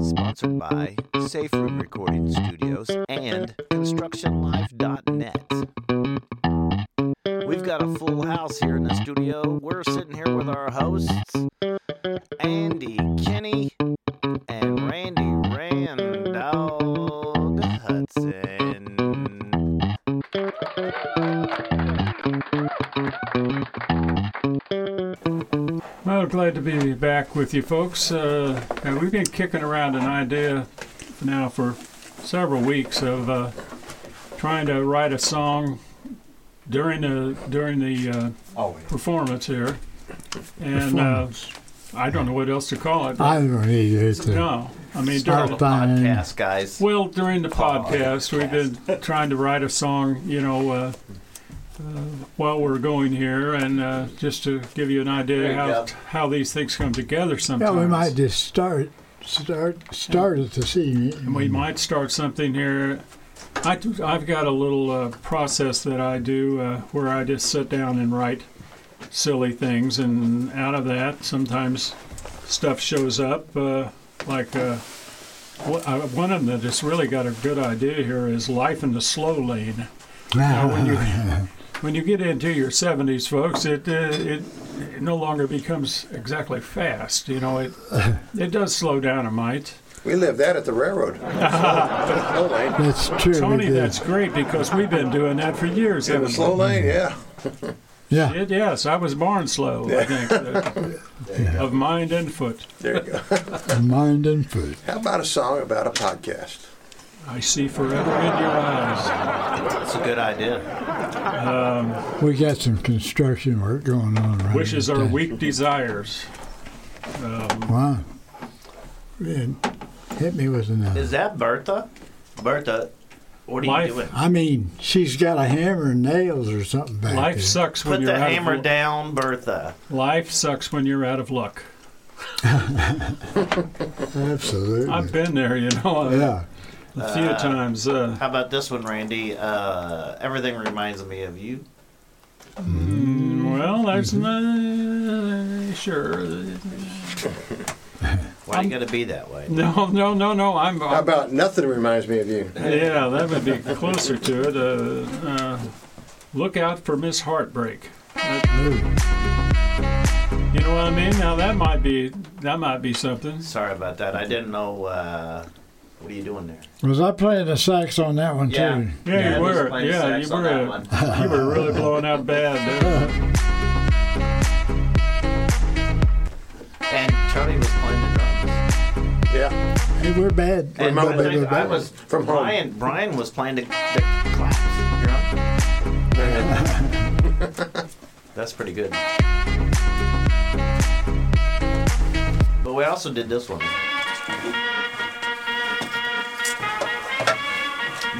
A: Sponsored by Safe Room Recording Studios and ConstructionLife.net. We've got a full house here in the studio. We're sitting here with our hosts, Andy Kinney and Randy Randall Hudson.
B: Well, glad to be back with you folks. Uh, and we've been kicking around an idea now for several weeks of uh, trying to write a song during the during the uh, performance here, and uh, I don't know what else to call it.
C: I don't uh, need it. to-
B: no, I mean
C: Start
B: during the
C: buying-
A: Podcast, guys.
B: well, during the podcast, we've been trying to write a song, you know, uh, uh, while we're going here, and uh, just to give you an idea
E: you
B: how
E: go.
B: how these things come together
C: Yeah,
B: sometimes.
C: we might just start start started to see.
B: And we might start something here. I have got a little uh, process that I do uh, where I just sit down and write silly things, and out of that, sometimes stuff shows up. Uh, like uh, wh- uh, one of them that just really got a good idea here is life in the slow lane. Now, when you when you get into your 70s, folks, it uh, it, it no longer becomes exactly fast. You know, it it does slow down a mite.
E: We lived that at the railroad. Slow lane.
C: That's true.
B: Tony,
C: we did.
B: that's great because we've been doing that for years.
E: In
B: haven't
E: the
B: we?
E: slow lane, yeah.
C: yeah.
B: It- yes, I was born slow, I think, uh, of mind and foot.
E: There you go.
C: Mind and food.
E: How about a song about a podcast?
B: I see forever in your eyes.
A: That's a good idea.
C: We got some construction work going on right
B: Wishes
C: now.
B: are weak desires.
C: Wow. Man, hit me with another.
A: Is that Bertha? Bertha, what are
B: Life-
A: you doing?
C: I mean, she's got a hammer and nails or something back
B: Life
C: there.
B: sucks
A: Put
B: when you're
A: the
B: out
A: hammer
B: of luck.
A: down, Bertha.
B: Life sucks when you're out of luck.
C: Absolutely.
B: I've been there, you know, a,
C: yeah.
B: a few times. Uh,
A: How about this one, Randy? Uh, everything reminds me of you.
B: well, that's
C: mm-hmm.
B: not sure.
A: Why you gotta be that way?
B: No, no, no, no. I'm.
E: How
B: I'm
E: about Nothing Reminds Me of You?
B: yeah, that would be closer to it. Uh, uh, look out for Miss Heartbreak. You know what I mean? Now that might be that might be something.
A: Sorry about that. I didn't know. Uh, what are you doing there?
C: Was I playing the sax on that one too?
B: Yeah, you
A: I was
B: were.
A: playing
B: Yeah,
A: sax
B: you
A: on
B: were
A: that
B: a-
A: one.
B: You were really blowing out bad. uh, There.
A: And Charlie was playing the drums.
E: Yeah.
C: Hey, we're bad.
A: And
E: Remote
A: I think
E: baby.
A: I was
E: From home.
A: Brian. Brian was playing the, the claps. You're up. That's pretty good. But we also did this one.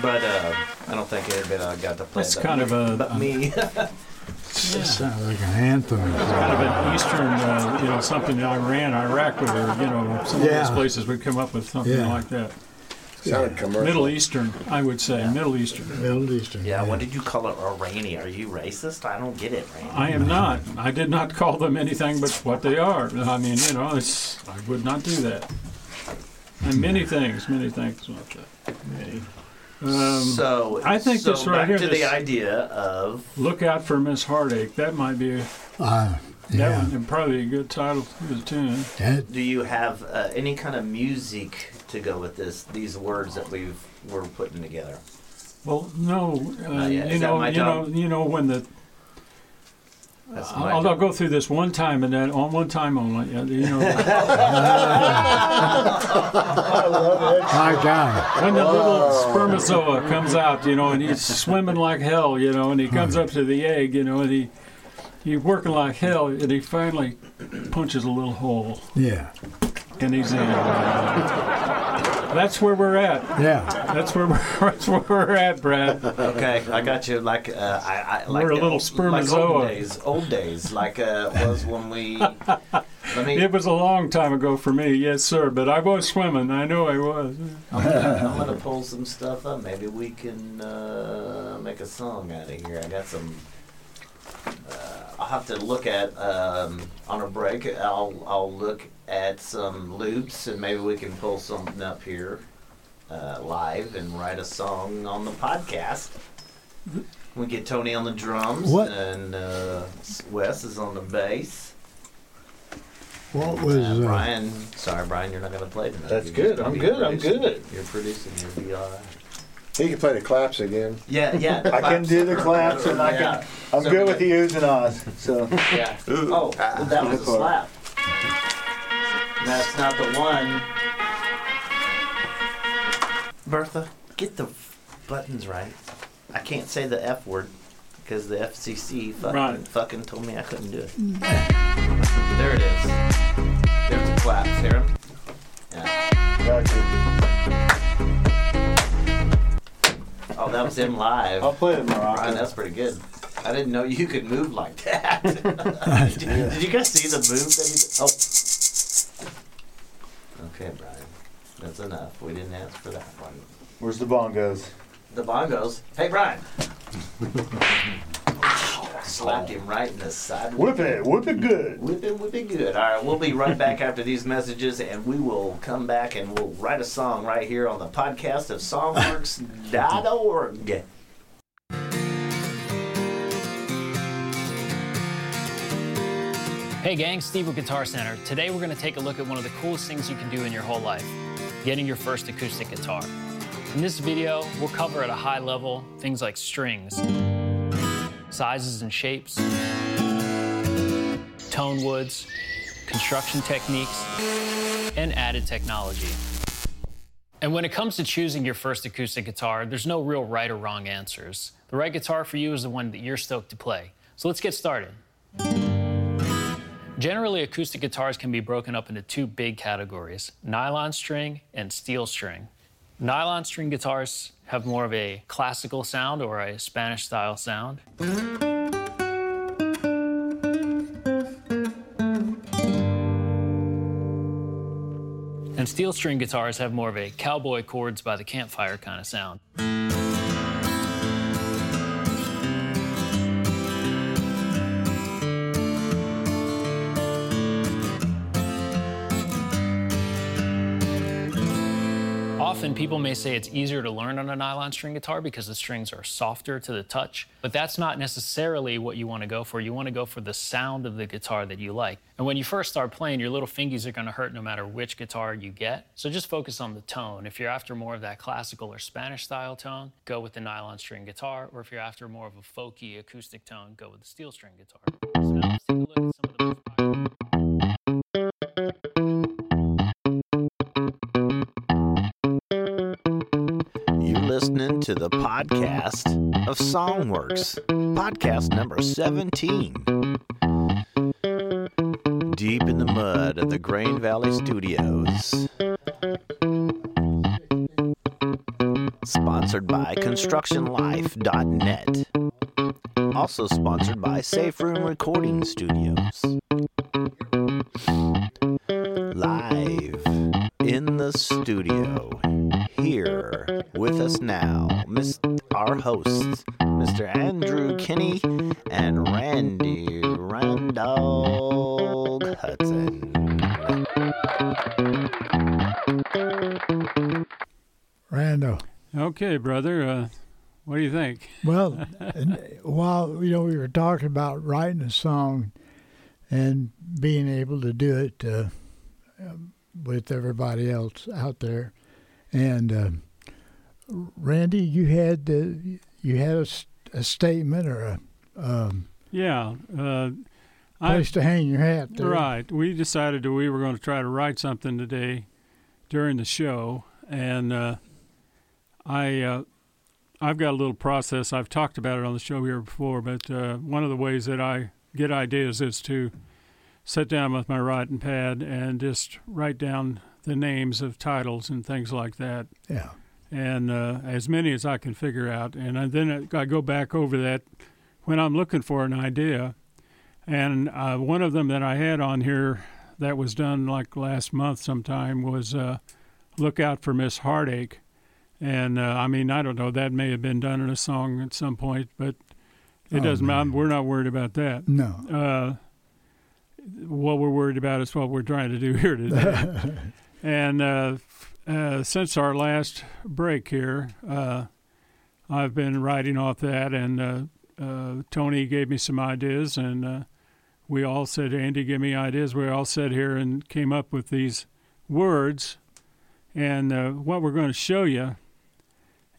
A: But uh, I don't think anybody got to play
B: That's
A: that
B: kind of a-
A: but me.
C: That sounds like an anthem. or something.
B: Kind of an Eastern, uh, you know, something in Iran, Iraq, or you know, some
C: Yeah.
B: of those places would come up with something
C: Yeah.
B: like that.
E: Sounded commercial.
B: Middle Eastern, I would say. Middle Eastern.
C: Middle Eastern.
A: yeah. What did you call it, Iranian? Are you racist? I don't get it, Randy.
B: I am not. I did not call them anything but what they are. I mean, you know, it's, I would not do that. And many things, many things about that. Many. Um,
A: so
B: I think
A: so
B: this right
A: back
B: here,
A: to
B: this-
A: the idea of
B: look out for Miss Heartache. That might be
C: Uh,
B: that
C: yeah.
B: would be probably a good title to the tune.
C: That-
A: Do you have uh, any kind of music to go with this? These words that we've we're putting together.
B: Well, no, uh,
A: Not yet.
B: you
A: Is that
B: know,
A: my
B: you know,
A: job?
B: you know when the
A: That's my
B: Uh, I'll, I'll
A: job.
B: go through this one time and then on one time only. uh, You know,
C: my God.
B: when the little spermatozoa comes out, you know, and he's swimming like hell, you know, and he comes up to the egg, you know, and he he's working like hell, and he finally punches a little hole,
C: Yeah.
B: and he's in. That's where we're at.
C: Yeah.
B: That's where we're, that's where we're at, Brad.
A: Okay, I got you. Like uh, I, I like
B: We're a
A: the
B: little
A: old- Like
B: spermatozoa.
A: old days, old days, like uh, was when we. Let me.
B: It was a long time ago for me, yes, sir. But I was swimming. I know I was.
A: I'm gonna pull some stuff up. Maybe we can uh, make a song out of here. I got some. Uh, I'll have to look at um, on a break. I'll I'll look at some loops and maybe we can pull something up here uh, live and write a song on the podcast. We get Tony on the drums
C: What?
A: and uh, Wes is on the bass.
C: What was
A: Uh,
C: uh,
A: Brian, sorry Brian, you're not gonna play tonight.
F: That's
A: You're
F: good.
A: gonna
F: I'm
A: be
F: good. I'm
A: producing.
F: good.
A: You're producing. You'll be all right.
E: He can play the claps again.
A: Yeah, yeah.
F: I can do the claps and I can-
A: Yeah,
F: I'm
A: So
F: good
A: we
F: with the oohs and ahs. So
A: Yeah. Oh, well, that was a slap. That's not the one. Bertha, get the buttons right. I can't say the F word because the FCC fucking,
B: Right.
A: fucking told me I couldn't do it. there it is. There's a clap, Sarah. Yeah.
F: gotcha.
A: Oh, that was him live.
F: I'll play it,
A: Brian,
F: Morocco.
A: that's pretty good. I didn't know you could move like that. did, did you guys see the move that he did? Oh.
D: Okay, Brian. That's enough. We didn't ask for that one.
F: Where's the bongos?
D: The bongos. Hey, Brian. Slapped him right in the side.
F: Whip it, whip it good.
D: Whip it, whip it good. All right, we'll be right back after these messages, and we will come back and we'll write a song right here on the podcast of songworks.org.
H: Hey gang, Steve with Guitar Center. Today we're going to take a look at one of the coolest things you can do in your whole life getting your first acoustic guitar. In this video, we'll cover at a high level things like strings, sizes and shapes, tone woods, construction techniques, and added technology. And when it comes to choosing your first acoustic guitar, there's no real right or wrong answers. The right guitar for you is the one that you're stoked to play. So let's get started. Generally, acoustic guitars can be broken up into two big categories nylon string and steel string. Nylon string guitars have more of a classical sound or a Spanish style sound. And steel string guitars have more of a cowboy chords by the campfire kind of sound. Often people may say it's easier to learn on a nylon string guitar because the strings are softer to the touch, but that's not necessarily what you want to go for. You want to go for the sound of the guitar that you like. And when you first start playing, your little fingies are going to hurt no matter which guitar you get. So just focus on the tone. If you're after more of that classical or Spanish style tone, go with the nylon string guitar, or if you're after more of a folky acoustic tone, go with the steel string guitar. So now let's take a look at some of the most popular-
A: You're listening to the podcast of Songworks, podcast number 17. Deep in the mud at the Grain Valley Studios. Sponsored by ConstructionLife.net. Also sponsored by Safe Room Recording Studios. Live in the studio here with us now, Miss, our hosts, Mr. Andrew Kinney and Randy Randall Hudson.
C: Randall.
B: Okay, brother. Uh, what do you think?
C: Well, and while you know we were talking about writing a song and being able to do it uh, um, with everybody else out there, and uh, Randy, you had the, you had a, s- a statement or a um,
B: Yeah. Uh, I-
C: place to hang your hat. There.
B: Right. We decided that we were going to try to write something today during the show, and uh, I uh, I've got a little process. I've talked about it on the show here before, but uh, one of the ways that I get ideas is to sit down with my writing pad and just write down the names of titles and things like that
C: Yeah.
B: and uh, as many as I can figure out. And I, then I go back over that when I'm looking for an idea. And uh, one of them that I had on here that was done like last month sometime was uh, Look Out for Miss Heartache. And uh, I mean, I don't know, that may have been done in a song at some point, but it doesn't matter. We're not worried about that
C: No.
B: uh, what we're worried about is what we're trying to do here today. and uh, uh, since our last break here, uh, I've been writing off that, and uh, uh, Tony gave me some ideas, and uh, we all said, Andy, give me ideas. We all sat here and came up with these words, and uh, what we're going to show you,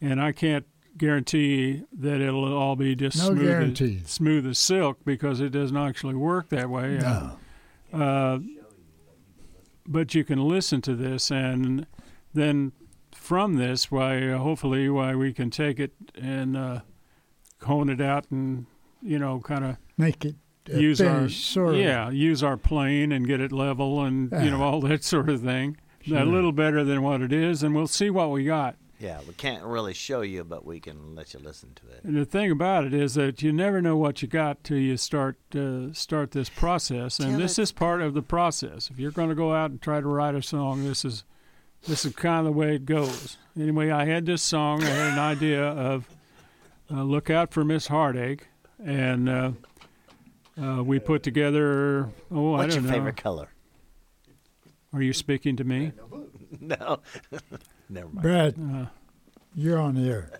B: and I can't guarantee that it'll all be just
C: No
B: smooth as-
C: guarantees.
B: smooth as silk because it doesn't actually work that way. Uh,
C: No.
B: Uh, but you can listen to this, and then from this, why hopefully why we can take it and uh, hone it out, and you know, kind of
C: Make it uh,
B: use our
C: finish sort of.
B: yeah, use our plane and get it level, and you know all that sort of thing. A
C: Ah. Sure.
B: little better than what it is, and we'll see what we got.
A: Yeah, we can't really show you, but we can let you listen to it.
B: And the thing about it is that you never know what you got till you start uh, start this process, and this is part of the process. If you're going to go out and try to write a song, this is this is kind of the way it goes. Anyway, I had this song. I had an idea of uh, look out for Miss Heartache, and uh, uh, we put together. Oh, I
A: What's
B: don't
A: your
B: know.
A: favorite color?
B: Are you speaking to me?
A: No, never mind.
C: Brad,
B: Uh-huh.
C: you're on the air.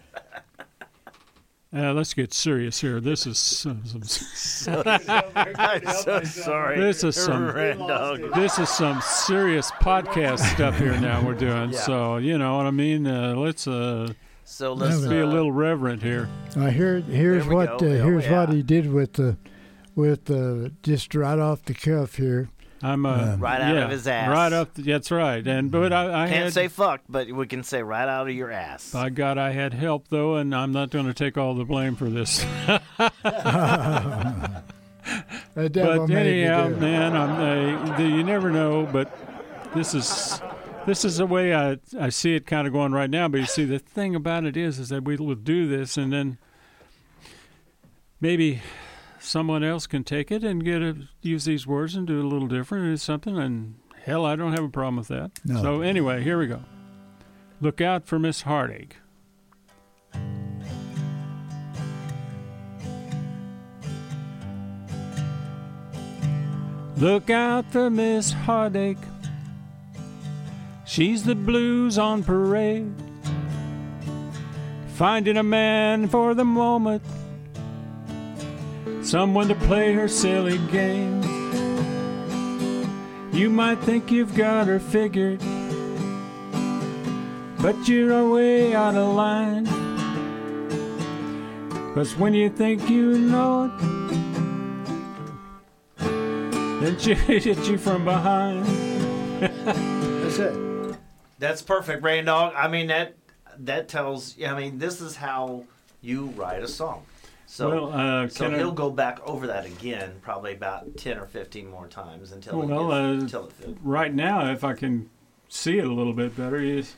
B: Uh, let's get serious here. This is some, some
A: I'm so sorry.
B: This is some-
A: Red dog.
B: this is some serious podcast stuff here now we're doing. So you know what I mean. Uh, let's uh,
A: So let's
B: be a
A: uh,
B: little reverent here.
C: Uh, here, here's
A: There we
C: what
A: go.
C: uh,
A: Oh,
C: here's what
A: yeah.
C: he did with the with the just right off the cuff here.
B: I'm uh,
A: Right out of
B: yeah,
A: his ass.
B: Right up. that's right. And but I, I
A: can't
B: had,
A: say fuck, but we can say right out of your ass.
B: by God, I had help though, and I'm not going to take all the blame for this.
C: The devil
B: but
C: made me
B: anyhow,
C: do it.
B: man, I'm, uh, you never know. But this is this is the way I I see it kind of going right now. But you see, the thing about it is, is that we will do this, and then maybe someone else can take it and get a, use these words and do it a little different or something. And hell, I don't have a problem with that.
C: No.
B: So anyway, here we go. Look out for Miss Heartache. Look out for Miss Heartache. She's the blues on parade. Finding a man for the moment. Someone to play her silly games. You might think you've got her figured, but you're a way out of line. Cause when you think you know it, then she hit you from behind.
F: That's it.
A: That's perfect, Rain Dog. I mean that that tells. I mean this is how you write a song. So
B: Well, uh,
A: so
B: can I-
A: he'll go back over that again, probably about ten or fifteen more times until it
B: Well,
A: gets,
B: uh,
A: until it feels.
B: Right now, if I can see it a little bit better, is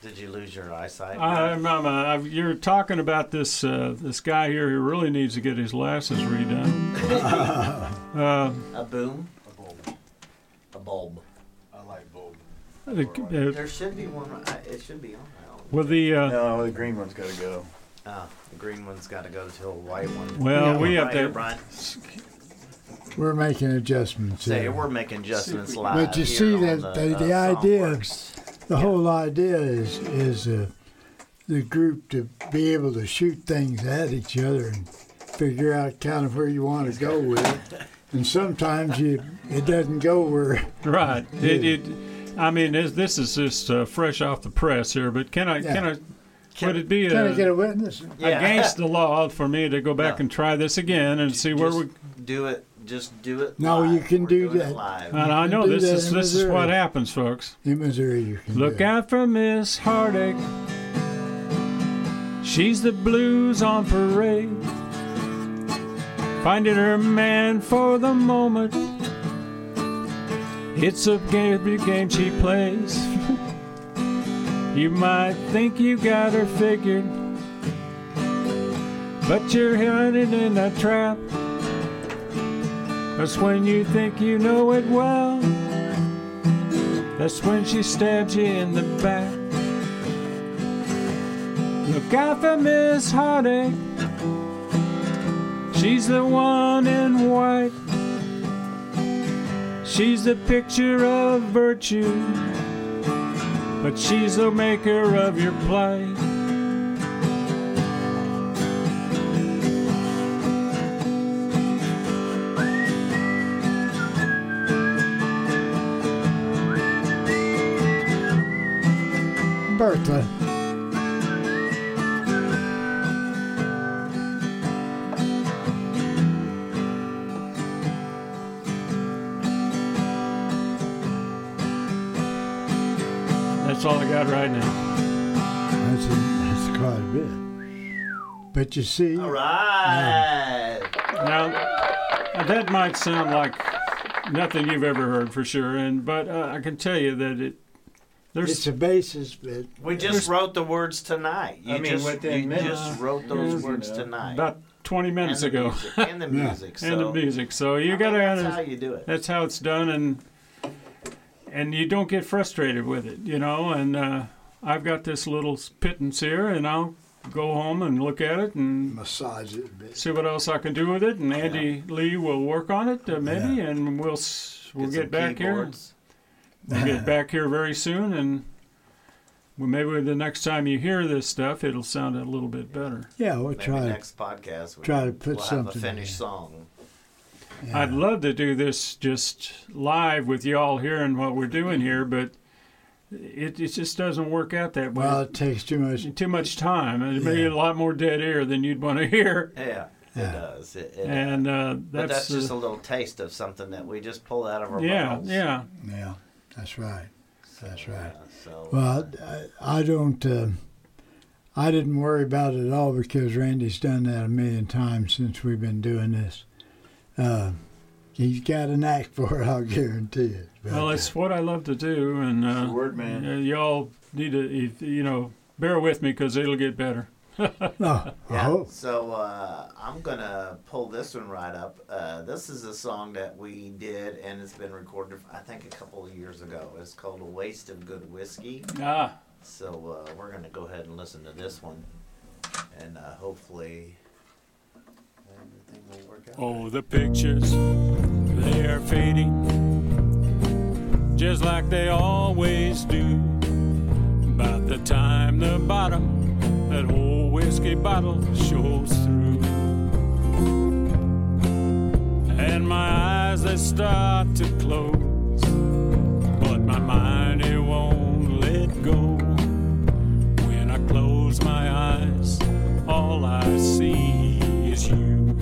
A: Did you lose your eyesight?
B: I, I'm, I'm, uh, I've- you're talking about this uh, this guy here who really needs to get his glasses redone.
A: a boom. A bulb. A bulb.
I: I like bold.
B: The- uh,
A: There should be one. I- It should be on. I don't
B: Well, the uh,
F: No, the green one's gotta go.
A: Ah, the green one's got to go to a white one.
B: Well, we have
A: right here,
B: to-
A: Brian.
C: We're making adjustments.
A: Say
C: here.
A: we're making adjustments live.
C: But you
A: here
C: see
A: on
C: that the, the
A: uh,
C: idea,
A: Songworks.
C: the whole idea is is uh, the group to be able to shoot things at each other and figure out kind of where you want to go with it. And sometimes you it doesn't go where
B: right. It, it, I mean, this, this is just uh, fresh off the press here, but can I
C: Yeah.
B: can I would it be
C: can
B: uh,
C: I get a witness?
A: Yeah.
B: against the law for me to go back
A: No.
B: and try this again and see where we?
A: Just do it. Just do it.
C: No,
A: live.
C: you can
A: We're
C: do
A: doing it
C: that.
A: live.
B: And I
C: can
B: know
C: do
B: this
C: that
B: is
C: in
B: this is what
C: Missouri.
B: happens, folks.
C: In Missouri, you can
B: Look
C: do it.
B: out for Miss Heartache. She's the blues on parade. Finding her man for the moment. It's a game, a game she plays. you might think you got her figured, but you're hiding in a trap. That's when you think you know it well. That's when she stabs you in the back. Look out for Miss Heartache. She's the one in white. She's the picture of virtue. But she's the maker of your plight.
C: Bertha.
B: That's all I got right now.
C: That's, a, that's quite a bit. But you see,
A: All right.
B: Now, that might sound like nothing you've ever heard for sure, and but uh, I can tell you that it There's-
C: it's a basis, but
D: We just wrote the words tonight. You
F: I mean,
D: just,
F: within
D: you
F: minutes.
D: just wrote those
F: Yeah.
D: words
F: Yeah.
D: tonight.
B: about 20
D: And
B: minutes
D: the
B: ago.
D: music, And the music. So
B: and the music. So you got to
D: that's how you do it.
B: That's how it's done, and and you don't get frustrated with it, you know. And uh, I've got this little pittance here, and I'll go home and look at it and
C: massage it a bit.
B: see what else I can do with it. And Andy Lee will work on it, uh, maybe, and we'll s- we'll
D: some
B: get, back
D: keyboards.
B: here. We'll get back here very soon, and well, maybe the next time you hear this stuff, it'll sound a little bit better.
C: Yeah, we'll
D: Maybe
C: try to
D: next podcast we
C: try to put
D: we'll have a
C: something
D: finished song.
B: I'd love to do this just live with y'all hearing what we're doing here, but it, it just doesn't work out that way.
C: Well, it takes too much.
B: too much time, and maybe a lot more dead air than you'd want to hear.
D: Yeah, it does. It, it,
B: And uh,
D: but
B: that's,
D: that's just
B: uh,
D: a little taste of something that we just pulled out of our
B: yeah,
D: mouths.
B: yeah.
C: Yeah, that's right. That's right.
D: So
C: Well, I, I don't. Uh, I didn't worry about it at all because Randy's done that a million times since we've been doing this. Uh, he's got a knack for it, I'll guarantee it. But,
B: Well, it's what I love to do, and uh,
F: the word man.
B: uh, y'all need to, you- you know, bear with me because it'll get better.
C: no, uh, oh, I
D: Yeah.
C: hope.
D: So uh, I'm gonna pull this one right up. Uh, this is a song that we did, and it's been recorded, I think, a couple of years ago. It's called "A Waste of Good Whiskey."
B: Ah,
D: So uh, we're gonna go ahead and listen to this one, and uh, hopefully everything will work out.
B: Oh, the pictures, they are fading, just like they always do. About the time the bottom, that whole whiskey bottle shows through. And my eyes, they start to close, but my mind, it won't let go. When I close my eyes, all I see is you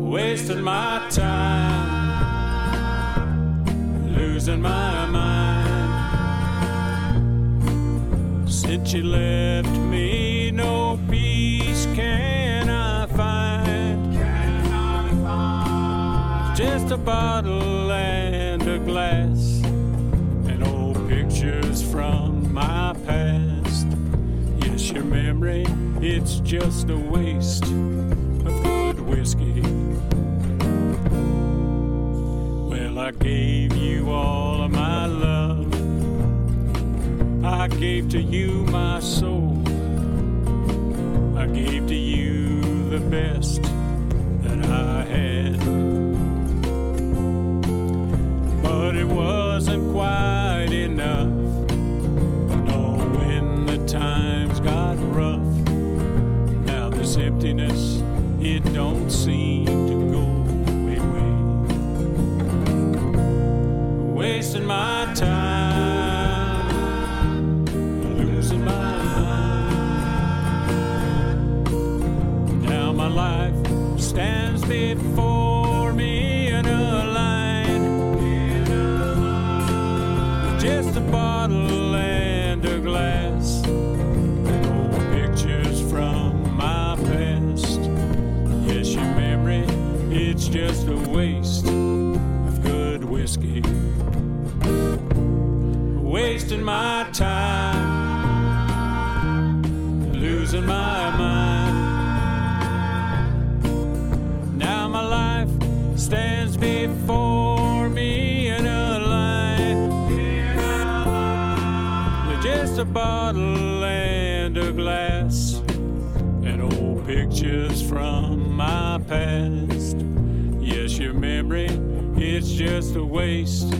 B: wasting my time, losing my mind. Since you left me, no peace can I find. Just a bottle and a glass, and old pictures from my past. Yes, your memory, it's just a waste of good whiskey. Well, I gave you all of my love. I gave to you my soul. I gave to you the best that I had. But it wasn't quite enough. No, when the times got rough, now this emptiness, it don't seem to go away. Wasting my time, losing my mind. Now my life stands before me in a line. Just a bottle and a glass old pictures from my past. Yes, your memory, it's just a waste of good whiskey. Wasting my time, losing my mind. Now my life stands before me in a line. Just a bottle and a glass, and old pictures from my past. Yes, your memory, it's just a waste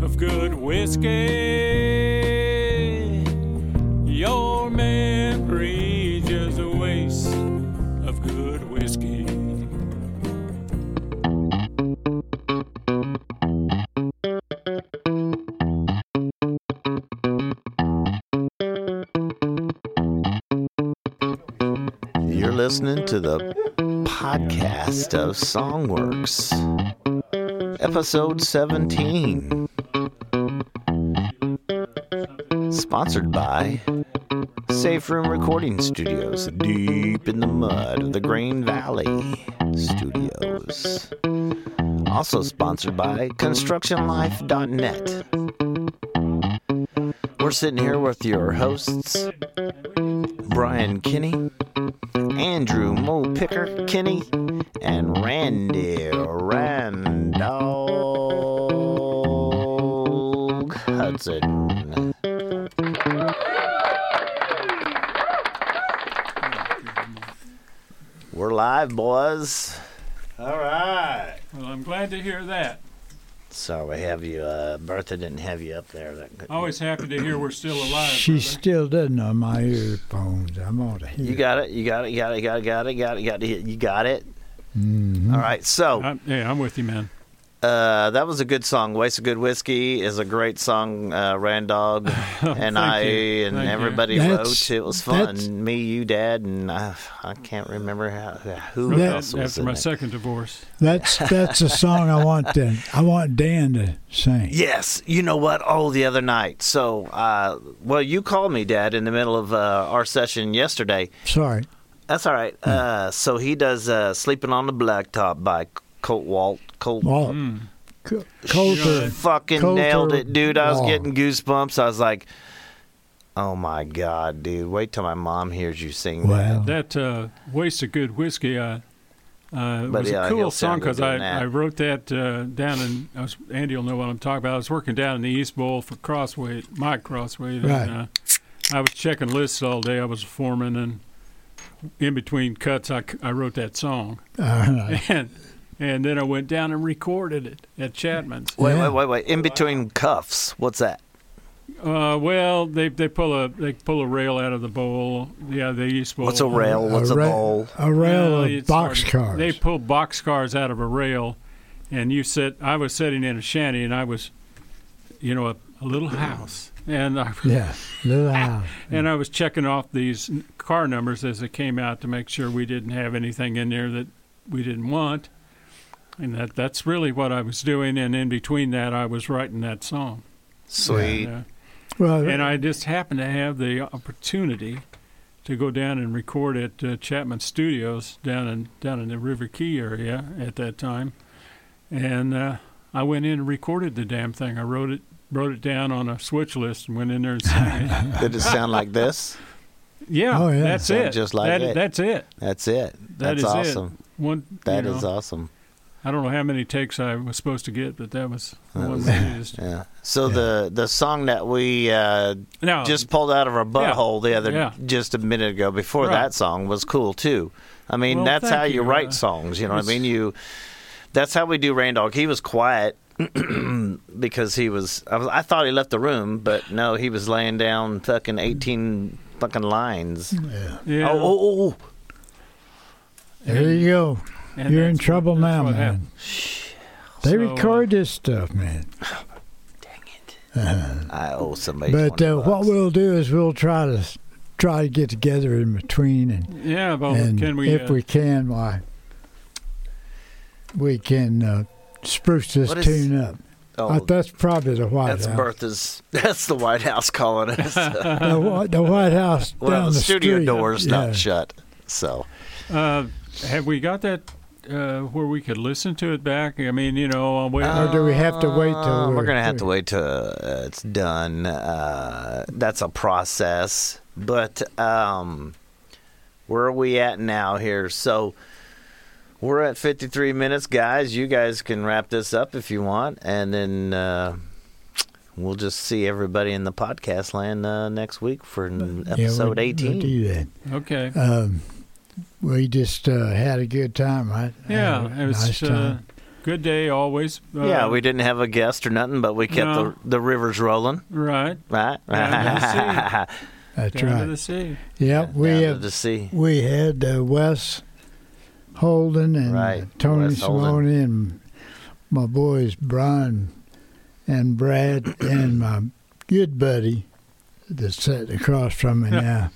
B: of good whiskey. Your memory, just a waste of good whiskey.
A: You're listening to the podcast of Songworks, episode 17. Sponsored by Safe Room Recording Studios, deep in the mud of the Green Valley Studios. Also sponsored by ConstructionLife.net. We're sitting here with your hosts, Brian Kinney, Andrew Mo Picker Kinney, and Randy Randall Hudson. We're live, boys.
D: All right.
B: Well, I'm glad to hear that.
A: Sorry, have you? Uh, Bertha didn't have you up there. That
B: Always happy to hear we're still alive.
C: She
B: brother.
C: still doesn't on my earphones. I'm on to hear.
A: You got it. You got it. You got it. You Got it. Got it. Got it. You got it.
C: Mhm.
A: Mm-hmm. All right. So
B: I'm, yeah, I'm with you, man.
A: uh, that was a good song. Waste of Good Whiskey is a great song. Uh, Randog and I
B: you.
A: and
B: Oh, Thank you.
A: everybody
C: That's-
A: wrote. It was fun.
C: that's-
A: Me, you, Dad, and I, I can't remember how, who
B: Wrote
A: else
B: that
A: was
B: after
A: in
B: my
A: it.
B: second divorce.
C: That's that's a song I want to. I want Dan to sing.
A: Yes, you know what? Oh, the other night. So, uh, well, you called me, Dad, in the middle of uh, our session yesterday.
C: Sorry.
A: That's all right.
C: Hmm.
A: Uh, so he does uh, "Sleeping on the Blacktop" by Colt Walt. Colt
C: Well,
B: Hmm.
C: Co- Coulter.
A: fucking
C: Coulter
A: nailed it, dude. I was
C: Wall.
A: getting goosebumps. I was like, "Oh my god, dude! Wait till my mom hears you sing
C: Well,
B: That uh, waste of good whiskey. Uh, uh,
A: But
B: was
A: yeah,
B: a
A: he'll
B: cool song
A: sound good
B: because I,
A: doing that.
B: I wrote that uh, down in I was, Andy will know what I'm talking about. I was working down in the East Bowl for Crossway, Mike Crossway.
C: Right.
B: And, uh, I was checking lists all day. I was a foreman, and in between cuts, I, c- I wrote that song,
C: uh,
B: and and then I went down and recorded it at Chapman's.
A: that." Wait,
C: Yeah.
A: wait, wait, wait! In between cuffs, what's that?
B: Uh, well, they they pull a they pull a rail out of the bowl. Yeah, the East Bowl.
A: What's a rail? Oh, What's a,
C: ra-
A: bowl?
C: A rail
B: Well,
C: of
B: it's
C: box
B: hard-
C: cars.
B: They pull box cars out of a rail, and you sit. I was sitting in a shanty, and I was, you know, a, a little house, and I
C: yeah, little house.
B: and I was checking off these n- car numbers as they came out to make sure we didn't have anything in there that we didn't want, and that that's really what I was doing. And in between that, I was writing that song.
A: Sweet.
B: And, uh,
C: Well,
B: and I just happened to have the opportunity to go down and record at uh, Chapman Studios down in down in the River Key area at that time, and uh, I went in and recorded the damn thing. I wrote it wrote it down on a switch list and went in there and sang it.
A: Did it sound like this?
B: Yeah,
C: Oh, yeah.
B: that's
A: Sound
B: it.
A: just like
B: that,
A: it.
B: That's it.
A: That's it. That's
B: That is
A: awesome.
B: it. One.
A: That
B: you
A: is
B: know,
A: awesome.
B: I don't know how many takes I was supposed to get, but that was the
A: That
B: one.
A: was-
B: we used.
A: Yeah. So the the song that we uh,
B: Now,
A: just pulled out of our butthole the other
B: Um, Yeah.
A: just a minute ago before
B: Right.
A: that song was cool too. I mean,
B: Well,
A: that's
B: thank
A: how you,
B: you.
A: write
B: Uh,
A: songs. You know what I
B: it's-
A: mean? You that's how we do Randolph. He was quiet because he was I, was. I thought he left the room, but no, he was laying down fucking eighteen fucking lines.
C: yeah.
B: yeah,
A: Oh, oh, oh,
C: there you go.
B: and
C: You're in
B: that's what-
C: trouble
B: that's
C: now,
B: what
C: man.
B: happened.
C: They
B: So, uh,
C: record this stuff, man.
A: oh. I owe somebody.
C: But
A: 20
C: uh, what
A: bucks.
C: we'll do is we'll try to s- try to get together in between, and,
B: Yeah, but
C: and
B: can we?
C: if
B: uh,
C: we can, why we can uh, spruce this
A: What is-
C: tune up.
A: Oh,
C: I, that's probably the White
A: that's
C: House.
A: Bertha's. That's the White House calling us.
C: the, Whi- the White House down
A: well, the
C: the
A: studio
C: street.
A: door's
C: Yeah.
A: not shut, so.
B: Uh, have we got that uh, where we could listen to it back? I mean, you know, uh, we,
C: Or do we have to wait till
A: Uh,
C: we're,
A: we're gonna have to
C: through?
A: wait till uh, it's done. Uh, that's a process, but um, where are we at now here? So we're at 53 minutes, guys. You guys can wrap this up if you want, and then uh, we'll just see everybody in the podcast land uh, next week for n-
C: Yeah,
A: episode
C: we'll- We'll
A: 18.
C: do that.
B: okay.
C: Um, we just uh, had a good time, right?
B: yeah,
C: Had a
B: it was
C: nice
B: uh,
C: time.
B: good day always. Uh,
A: yeah, we didn't have a guest or nothing, but we kept
B: No.
A: the, the rivers rolling,
B: right
A: right?
B: Yeah,
C: That's
B: down to
C: right.
B: the sea.
C: Yeah, we
A: Down to
C: have
A: the sea.
C: we had uh, Wes Holden and
A: Right,
C: Tony
A: Wes Holden.
C: Simone and my boys Brian and Brad and my good buddy that's sitting across from me now,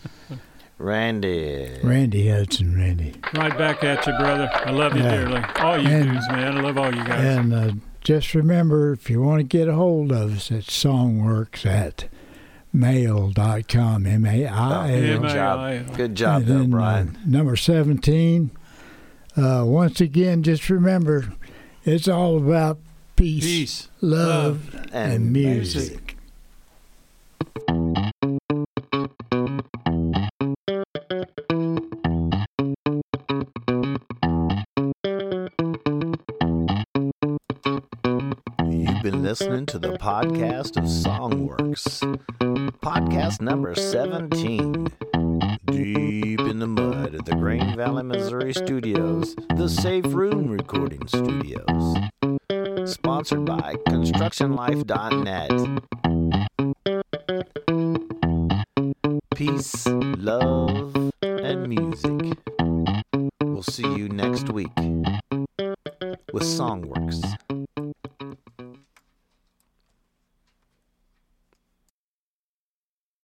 A: Randy.
C: Randy Hudson, Randy,
B: Right back at you, brother. I love you
C: Yeah.
B: dearly. All you
C: And-
B: dudes, man. I love all you guys.
C: and. Uh, just remember, if you want to get a hold of us, it's songworks at mail.com, M-A-I-L.
A: good
B: M-A-I-L.
A: job. Good job,
C: And
A: though,
C: then,
A: Brian.
C: uh, number 17. Uh, once again, just remember, it's all about peace,
B: Peace,
C: love, and,
A: And
C: music.
A: listening to the podcast of Songworks, podcast number 17. Deep in the mud at the Grain Valley, Missouri studios, the Safe Room Recording Studios. Sponsored by ConstructionLife.net. Peace, love, and music. We'll see you next week with Songworks.